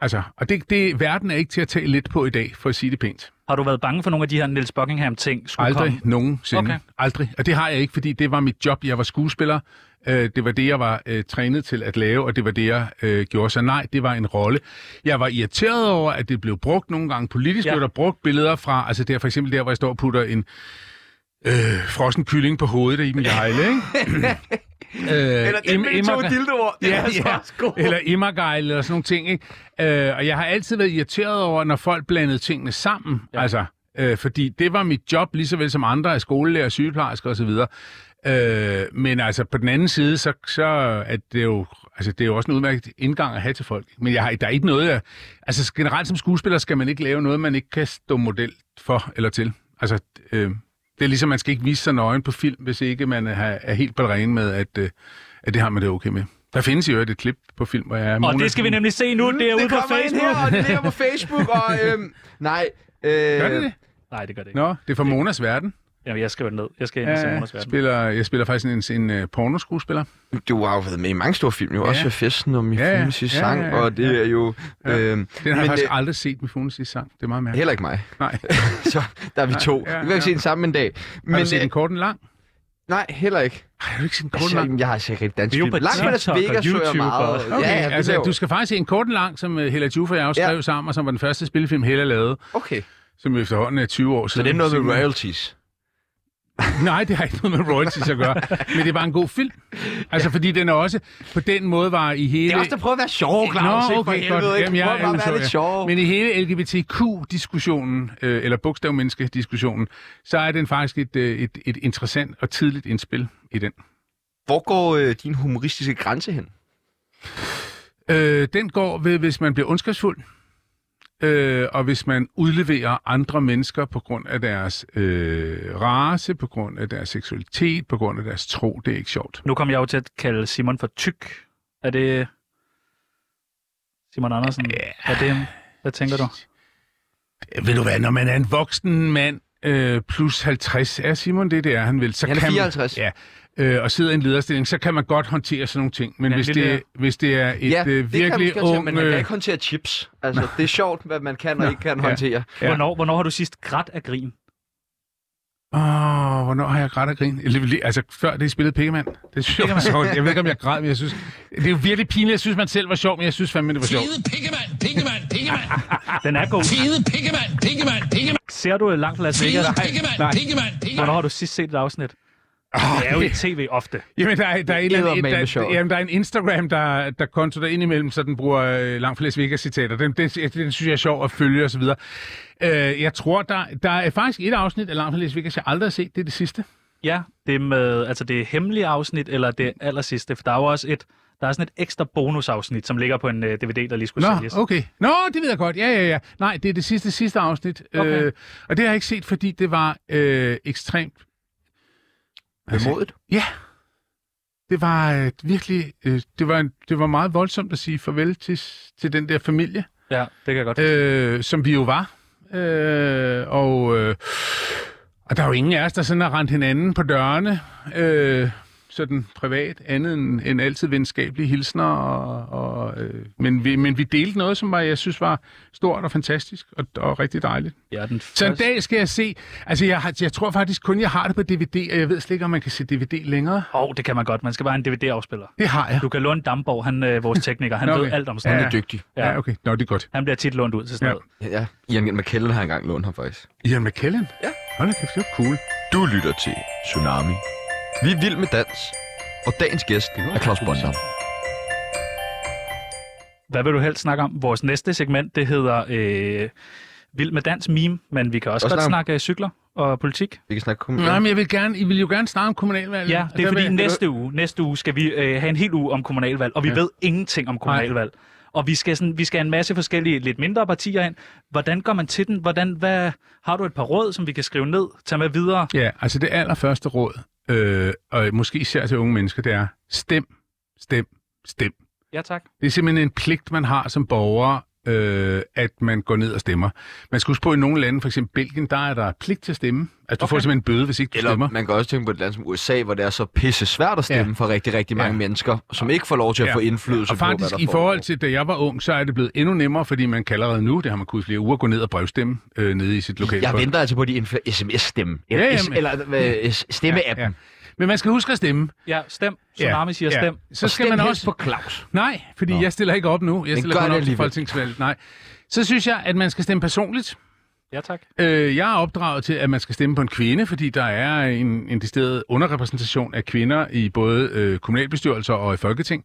Altså, og det, det, verden er ikke til at tage lidt på i dag, for at sige det pænt. Har du været bange for nogle af de her Niels Buckingham-ting? skulle Aldrig komme? nogensinde. Okay. Aldrig. Og det har jeg ikke, fordi det var mit job. Jeg var skuespiller. Øh, det var det, jeg var øh, trænet til at lave, og det var det, jeg øh, gjorde. Så nej, det var en rolle. Jeg var irriteret over, at det blev brugt nogle gange. Politisk Ja. ja. blev der brugt billeder fra, altså det er for eksempel der, hvor jeg står og putter en øh, frossen kylling på hovedet i min lejle, ikke? øh, Eller den Im- med de to Immerga- dildoer. Det er Ja, altså ja. også god. Eller immergejl eller sådan nogle ting. Ikke? Øh, og jeg har altid været irriteret over, når folk blandede tingene sammen. Ja. Altså, øh, øh, fordi det var mit job, lige så vel som andre er skolelærer, sygeplejersker osv. Øh, men altså, på den anden side, så, så er det jo... Altså, det er jo også en udmærket indgang at have til folk. Men jeg har, der er ikke noget... Jeg, altså, generelt som skuespiller skal man ikke lave noget, man ikke kan stå model for eller til. Altså, øh, det er ligesom, man skal ikke vise sig nøgen på film, hvis ikke man er, er helt på det rene med, at, øh, at det har man det okay med. Der findes i øvrigt et klip på film, hvor jeg er Og det skal vi nemlig se Mm, nu, det er ude det på kommer ind Facebook. her, og det ligger på Facebook, og øhm, nej. Øh, Gør det det? Nej, det gør det ikke. Nå, det er fra Monas Verden. Jamen, jeg skriver det ned. Jeg skal altså, ind i Ja, Simonas verden. spiller, jeg spiller faktisk en, en uh, pornoskuespiller. Du har jo været med i mange store film, jo. Også Festen og Min Ja, ja. Funes i Ja, sang, ja, ja. og det er jo... Ja. øhm, Den har jeg men, faktisk øh, aldrig set med Funes i sang. Det er meget mærkeligt. Heller ikke mig. Nej. Så der er vi Nej, to. vi ja, kan ikke ja. se den sammen en dag. Har Men du set den øh, kort og den lang? nej, heller ikke. Ej, har du ikke set den kort og Altså, den lang? jeg har set rigtig dansk Vi er jo film. på Langt Vegas TikTok og Vegas så jeg YouTube meget. og- Okay, ja, ja, det altså, laver- du skal faktisk se en kort og lang, som uh, Hela Juffa og jeg også Ja. skrev sammen, og som var den første spillefilm, Hela lavede, Okay. som jo efterhånden er 20 år siden. Så det er noget med royalties. Nej, det har ikke noget med royalties at gøre, men det var en god film. Altså, ja. fordi den er også, på den måde var i hele... Det er også der prøver at være sjov, Claus. Nå, ikke? for okay, helvede, godt. ikke? Jamen, jeg Prøv bare at er være lidt sjov. Men i hele LGBTQ-diskussionen, øh, eller bogstavmenneske-diskussionen, så er den faktisk et, øh, et, et interessant og tidligt indspil i den. Hvor går øh, din humoristiske grænse hen? Øh, den går ved, hvis man bliver ondskabsfuld, øh, og hvis man udleverer andre mennesker på grund af deres øh, race, på grund af deres seksualitet, på grund af deres tro. Det er ikke sjovt. Nu kom jeg jo til at kalde Simon for tyk. Er det... Simon Andersen, er det... Hvad tænker du? Øh, Ved du hvad, når man er en voksen mand, øh, plus 50, er Simon det, det er han vel? Så Han er kan 54. Man, ja, øh, og sidder i en lederstilling, så kan man godt håndtere sådan nogle ting. Men Ja, ja, hvis, det det, der. hvis det er et ja, ja, øh, det kan man virkelig måske håndtere, ung... men man kan øh, ikke håndtere chips. Altså, det er sjovt, hvad man kan og ikke kan Ja. håndtere. Ja. Hvornår, hvornår har du sidst grædt af grin? Åh, oh, hvornår har jeg grædt af grin? Eller, lige- Altså, før det spillede Pikkemand. Det synes jeg var sjovt. Jeg ved ikke, om jeg græd, men jeg synes... Det er jo virkelig pinligt. Jeg synes, man selv var sjov, men jeg synes fandme, det var sjovt. pikkemand, pikkemand, pikkemand. Ah, Den er god. Fede pikkemand, pikkemand, pikkemand. Ser du langt fra Las Vegas? pikkemand, pikkemand, Hvornår har du sidst set et afsnit? Ah, Det er jo i tv ofte. Jamen, der er, der er, en, eller anden, Eddermame der, sjovt. jamen, der er en Instagram, der, der konto der indimellem, så den bruger øh, langt flere Vegas citater. Den, den, den, synes jeg er sjov at følge osv. Øh, jeg tror, der, der er faktisk et afsnit af langt flere Vegas, jeg aldrig har set. Det er det sidste. Ja, det er med, altså det er hemmelige afsnit, eller det aller sidste, for der er jo også et, der er sådan et ekstra bonusafsnit, som ligger på en øh, DVD, der lige skulle sælges. Nå, okay. Nå, det ved jeg godt. Ja, ja, ja. Nej, det er det sidste, sidste afsnit. Okay. Øh, og det har jeg ikke set, fordi det var øh, ekstremt... Bemodet. Ja. Det var øh, virkelig... Øh, det, var, en- det var meget voldsomt at sige farvel til, s- til den der familie, Ja, det kan jeg godt. øh, som vi jo var. Øh, og, øh, og der er jo ingen af os, der sådan har rendt hinanden på dørene. Øh, sådan privat, andet end, end altid venskabelige hilsner. Og, og, øh, men, vi, men vi delte noget, som var, jeg synes var stort og fantastisk og, og rigtig dejligt. Jeg er den Så en første- dag skal jeg se... Altså, jeg, har, jeg tror faktisk kun, jeg har det på DVD, og jeg ved slet ikke, om man kan se DVD længere. Åh, oh, det kan man godt. Man skal bare have en DVD-afspiller. Det har jeg. Du kan låne Damborg, han, øh, vores tekniker. Han Nå, okay. ved okay. alt om sådan Ja. noget. Dygtig. Ja. Ja, okay. Nå, det er godt. Han bliver tit lånt ud til sådan Ja. noget. Ja, Ian McKellen har engang lånt ham faktisk. Ian McKellen? Ja. Hold da kæft, det var cool. Du lytter til Tsunami. Vi er vild med dans, og dagens gæst er Claus Bondam. Hvad vil du helst snakke om? Vores næste segment, det hedder øh, Vild med Dans Meme, men vi kan også, Også også godt snakke om- snakke øh, cykler og politik. Vi kan snakke kommune. Nej, men jeg vil gerne, I vil jo gerne snakke om kommunalvalget. Ja, det er Der fordi vil- næste uge, næste uge skal vi øh, have en hel uge om kommunalvalg, og vi ja. Ja. ved ingenting om kommunalvalg. Og vi skal, sådan, vi skal have en masse forskellige, lidt mindre partier ind. Hvordan går man til den? Hvordan, hvad, har du et par råd, som vi kan skrive ned? Tag med videre. Ja, altså det allerførste råd, øh, og måske især til unge mennesker, det er stem, stem, stem. Ja, tak. Det er simpelthen en pligt, man har som borger, øh, at man går ned og stemmer. Man skal huske på, at i nogle lande, for eksempel Belgien, der er der pligt til at stemme. Altså du okay. får simpelthen en bøde, hvis ikke du Eller stemmer. man kan også tænke på et land som USA, hvor det er så pisse svært at stemme ja. for rigtig, rigtig mange ja. Ja. mennesker, som ikke får lov til at ja. Ja. få indflydelse Og på, faktisk hvad i der forhold foregår. til, da jeg var ung, så er det blevet endnu nemmere, fordi man kan allerede nu, det har man kunnet i flere uger, gå ned og brevstemme øh, nede i sit lokale. Jeg venter altså på, at de indfører sms-stemme. Eller, Ja, ja, ja, jamen. men- eller øh, stemme-appen. Ja, ja. Men man skal huske at stemme. Ja, stem. Tsunami siger stem. Så skal man også på Claus. Nej, fordi Nå. jeg stiller ikke op nu. Jeg Men stiller gør kun det op til alligevel. folketingsvalget. Nej. Så synes jeg, at man skal stemme personligt. Ja, tak. Øh, jeg er opdraget til, at man skal stemme på en kvinde, fordi der er en, en decideret underrepræsentation af kvinder i både øh, kommunalbestyrelser og i Folketing.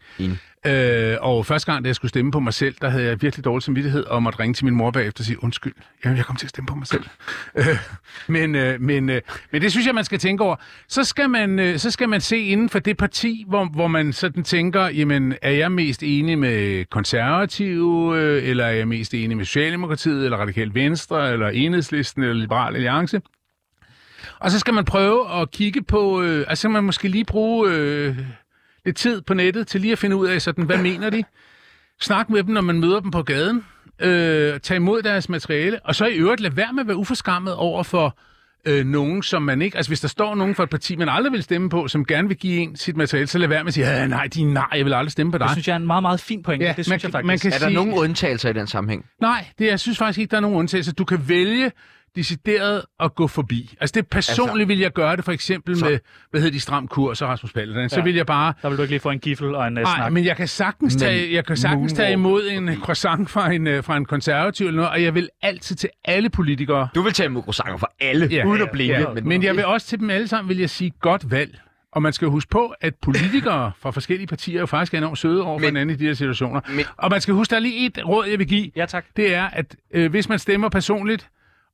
Øh, og første gang, da jeg skulle stemme på mig selv, der havde jeg virkelig dårlig samvittighed og måtte ringe til min mor bagefter og sige, undskyld, jamen, jeg kom til at stemme på mig selv. Øh, men, øh, men, øh, men det synes jeg, man skal tænke over. Så skal man, øh, så skal man se inden for det parti, hvor, hvor man sådan tænker, jamen, er jeg mest enig med konservative, øh, eller er jeg mest enig med Socialdemokratiet, eller Radikal Venstre, eller Enhedslisten, eller Liberal Alliance? Og så skal man prøve at kigge på, øh, altså så skal man måske lige bruge øh, lidt tid på nettet til lige at finde ud af, sådan, hvad mener de? Snak med dem, når man møder dem på gaden. Øh, tag imod deres materiale, og så i øvrigt lad være med at være uforskammet over for øh, nogen, som man ikke... Altså hvis der står nogen fra et parti, man aldrig vil stemme på, som gerne vil give en sit materiale, så lad være med at sige, "Ja, nej, de er nej, jeg vil aldrig stemme på dig. Det synes jeg er en meget, meget fin pointe. Ja, Ja, det man synes jeg kan- faktisk. man kan Ja, Er der Sige- nogen undtagelser i den sammenhæng? Nej, det, jeg synes faktisk ikke, der er nogen undtagelser. Du kan vælge decideret at gå forbi. Altså det personligt altså, Altså- vil jeg gøre det for eksempel Så- med, hvad hedder de, Stram Kurs og Rasmus Paludan. Ja. Så Ja. vil jeg bare Der vil du ikke lige få en giffel og en uh, Nej, snak. men jeg kan sagtens tage, jeg kan sagtens tage imod en croissant fra en, øh, fra en konservativ eller noget, og jeg vil altid til alle politikere. Du vil tage mikrosanger for alle, Ja. ja, uden at blinke. Altså, Ja, men, men jeg vil også til dem alle sammen vil jeg sige godt valg. Og man skal huske på, at politikere fra forskellige partier jo faktisk er enormt søde over for Men- hinanden i de her situationer. men- og man skal huske, der er lige et råd, jeg vil give. Ja, tak. Det er, at øh, hvis man stemmer personligt,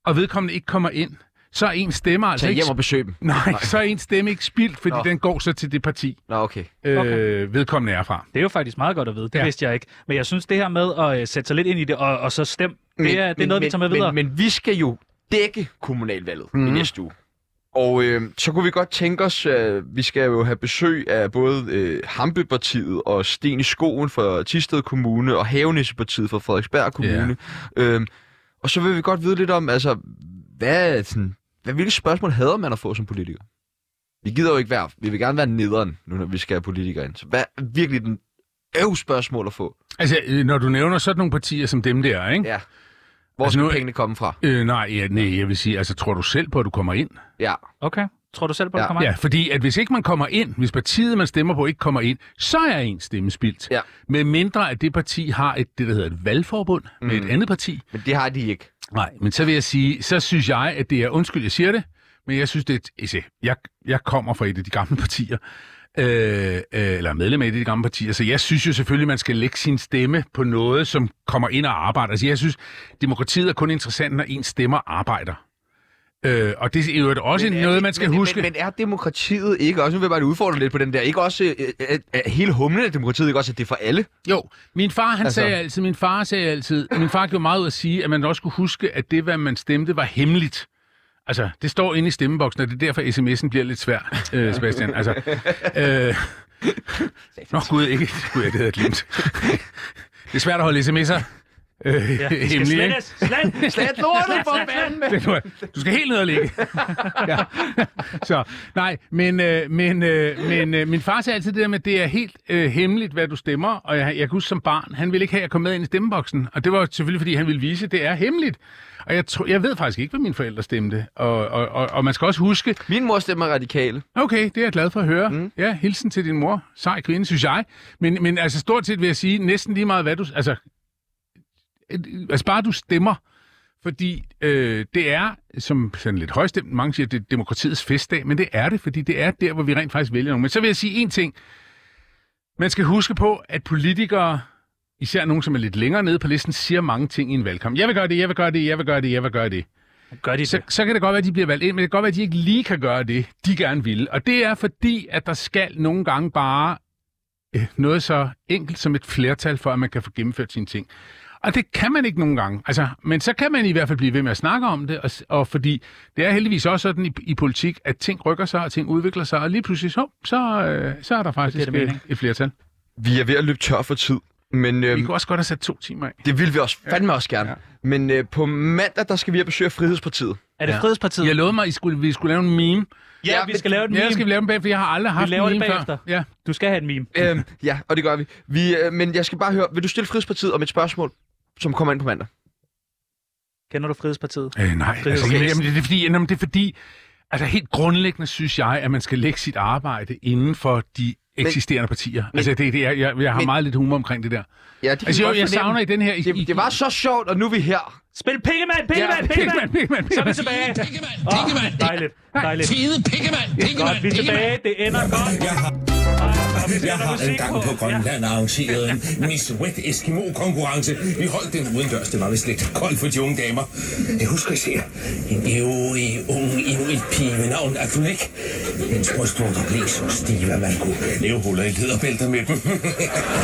og vedkommende ikke kommer ind, så er ens stemme altså Tag ikke... hjem og besøg dem. Nej, så er ens stemme ikke spildt, fordi Nå. den går så til det parti, Nå, okay. øh, Okay. vedkommende er fra. Det er jo faktisk meget godt at vide. Det Ja. ja. vidste jeg ikke. Men jeg synes, det her med at øh, sætte sig lidt ind i det, og, og så stem, det er, det er noget, vi tager med men, videre. Men, men vi skal jo dække kommunalvalget mm. i næste uge. Og øh, så kunne vi godt tænke os, øh, vi skal jo have besøg af både øh, Hampepartiet og Sten i Skoen fra Tisted Kommune og Havenissepartiet fra Frederiksberg Kommune. Yeah. Øh, og så vil vi godt vide lidt om, altså, hvad, sådan, hvad hvilke spørgsmål hader man at få som politiker? Vi gider jo ikke være, vi vil gerne være nederen, nu når vi skal have politikere ind. Så hvad er virkelig den øv spørgsmål at få? Altså, øh, når du nævner sådan nogle partier som dem der, ikke? Ja. Hvor Altså, altså, skal nu- nu... pengene komme fra? Øh, nej, ja, nej, jeg vil sige, altså tror du selv på, at du kommer ind? Ja. Okay. Tror du selv på, at Ja. det kommer Ja, fordi at hvis ikke man kommer ind, hvis partiet, man stemmer på, ikke kommer ind, så er ens stemme spildt. Ja. Med mindre at det parti har et, det, der hedder et valgforbund med Mm. et andet parti. Men det har de ikke. Nej, men så vil jeg sige, så synes jeg, at det er, undskyld, jeg siger det, men jeg synes, det er, et- se, jeg, jeg kommer fra et af de gamle partier, øh, øh, eller er medlem af et af de gamle partier, så jeg synes jo selvfølgelig, man skal lægge sin stemme på noget, som kommer ind og arbejder. Altså jeg synes, demokratiet er kun interessant, når ens stemmer arbejder. Øh, og det er jo også Men er noget, det- man skal men, huske. Men, men er demokratiet ikke også, nu vil jeg bare udfordre lidt på den der, ikke også, øh, øh, er hele humlen af demokratiet ikke også, at det er for alle? Jo, min far, han Altså- altså... sagde altid, min far sagde altid, min far gjorde meget ud af at sige, at man også skulle huske, at det, hvad man stemte, var hemmeligt. Altså, det står inde i stemmeboksen, og det er derfor, sms'en bliver lidt svær, øh, Sebastian. Altså, øh... Nå gud, ikke. Gud, ja, det havde jeg glemt. det er svært at holde sms'er. Øh, ja, Ja, det skal hemmelige, ikke? slettes. Slet. Slet lortet for fanden! Det tror jeg. Du skal helt ned og ligge. ja. Så, nej, men, øh, men, øh, men øh, min far sagde altid det der med, at det er helt øh, hemmeligt, hvad du stemmer. Og jeg, jeg kan huske som barn, han ville ikke have, at jeg kom med ind i stemmeboksen. Og det var selvfølgelig, fordi han ville vise, at det er hemmeligt. Og jeg, tro, jeg ved faktisk ikke, hvad mine forældre stemte. Og, og, og, og man skal også huske, Min mor stemmer radikale. Okay, det er jeg glad for at høre. Mm. Ja, hilsen til din mor. Sej kvinde, synes jeg. Men, men altså stort set vil jeg sige, næsten lige meget hvad du... Altså, et- altså bare du stemmer, fordi øh, det er, som sådan lidt højstemt, mange siger, det er demokratiets festdag, men det er det, fordi det er der, hvor vi rent faktisk vælger nogen. Men så vil jeg sige en ting. Man skal huske på, at politikere, især nogen, som er lidt længere nede på listen, siger mange ting i en valgkamp. Jeg vil gøre det, jeg vil gøre det, jeg vil gøre det, jeg vil gøre det Gør de det? så, så kan det godt være, at de bliver valgt ind, men det kan godt være, at de ikke lige kan gøre det, de gerne vil. Og det er fordi, at der skal nogle gange bare øh, noget så enkelt som et flertal, for at man kan få gennemført sine ting. Og det kan man ikke nogle gange. Altså, men så kan man i hvert fald blive ved med at snakke om det, og, s- og fordi det er heldigvis også sådan i, i politik, at ting rykker sig, og ting udvikler sig, og lige pludselig så, så, øh, så er der faktisk det øh, mening. et flertal. Vi er ved at løbe tør for tid, men Vi øh, kunne også godt have sat to timer af. det vil vi også fandme også gerne. Ja. Ja. Men øh, på mandag, der skal vi have besøg af Frihedspartiet. Er det Frihedspartiet? Jeg lovede mig, at I skulle, vi skulle lave en meme. Ja, vi skal lave et Ja, meme. skal vi lave en bagefter, for jeg har aldrig haft laver en det meme før. bagefter. Ja. Du skal have et meme. øhm, ja, og det gør vi. vi øh, men jeg skal bare høre, vil du stille Frihedspartiet om et spørgsmål, som kommer ind på mandag? Kender du Frihedspartiet? Øh, nej, altså, Okay. jamen, jamen, det, er fordi, jamen, det er fordi, altså helt grundlæggende synes jeg, at man skal lægge sit arbejde inden for de eksisterende partier. altså, det, det er, jeg, jeg har men- meget lidt humor omkring det der. Ja, det kan Altså, vi jo, godt jeg fornemme. savner i den her... I, Det, det var så sjovt, og nu er vi her. Spil Pikkemand, Pikkemand, Pikkemand! Pikkemand, Pikkemand, Så er vi Pikkemand. tilbage. Pikkemand, Åh, Dejligt, dejligt. Fede pikkemand, pikkemand, Godt, vi er tilbage. Det ender godt. Jeg har, jeg har engang på Grønland arrangeret en Miss Wet Eskimo-konkurrence. Vi holdt den udendørs. Det var vist lidt koldt for de unge damer. Jeg husker især en ævrig ung inuit pige ved navn Atulik. Hendes brystvorter blev så stive, at man kunne lave huller i lederbælter med dem.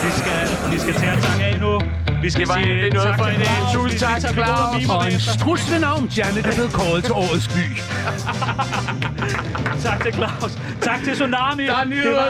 Vi skal, vi skal tage tang af nu. Vi skal Det var sige egentlig noget tak for til en dag. Claus. Tusind Vi skal tak, tage billeder Claus. og meme Og en bagefter. struslende navn, Janne, der blev kåret til årets by. Tak til Claus. Tak til Tsunami. Der er Det nyheder.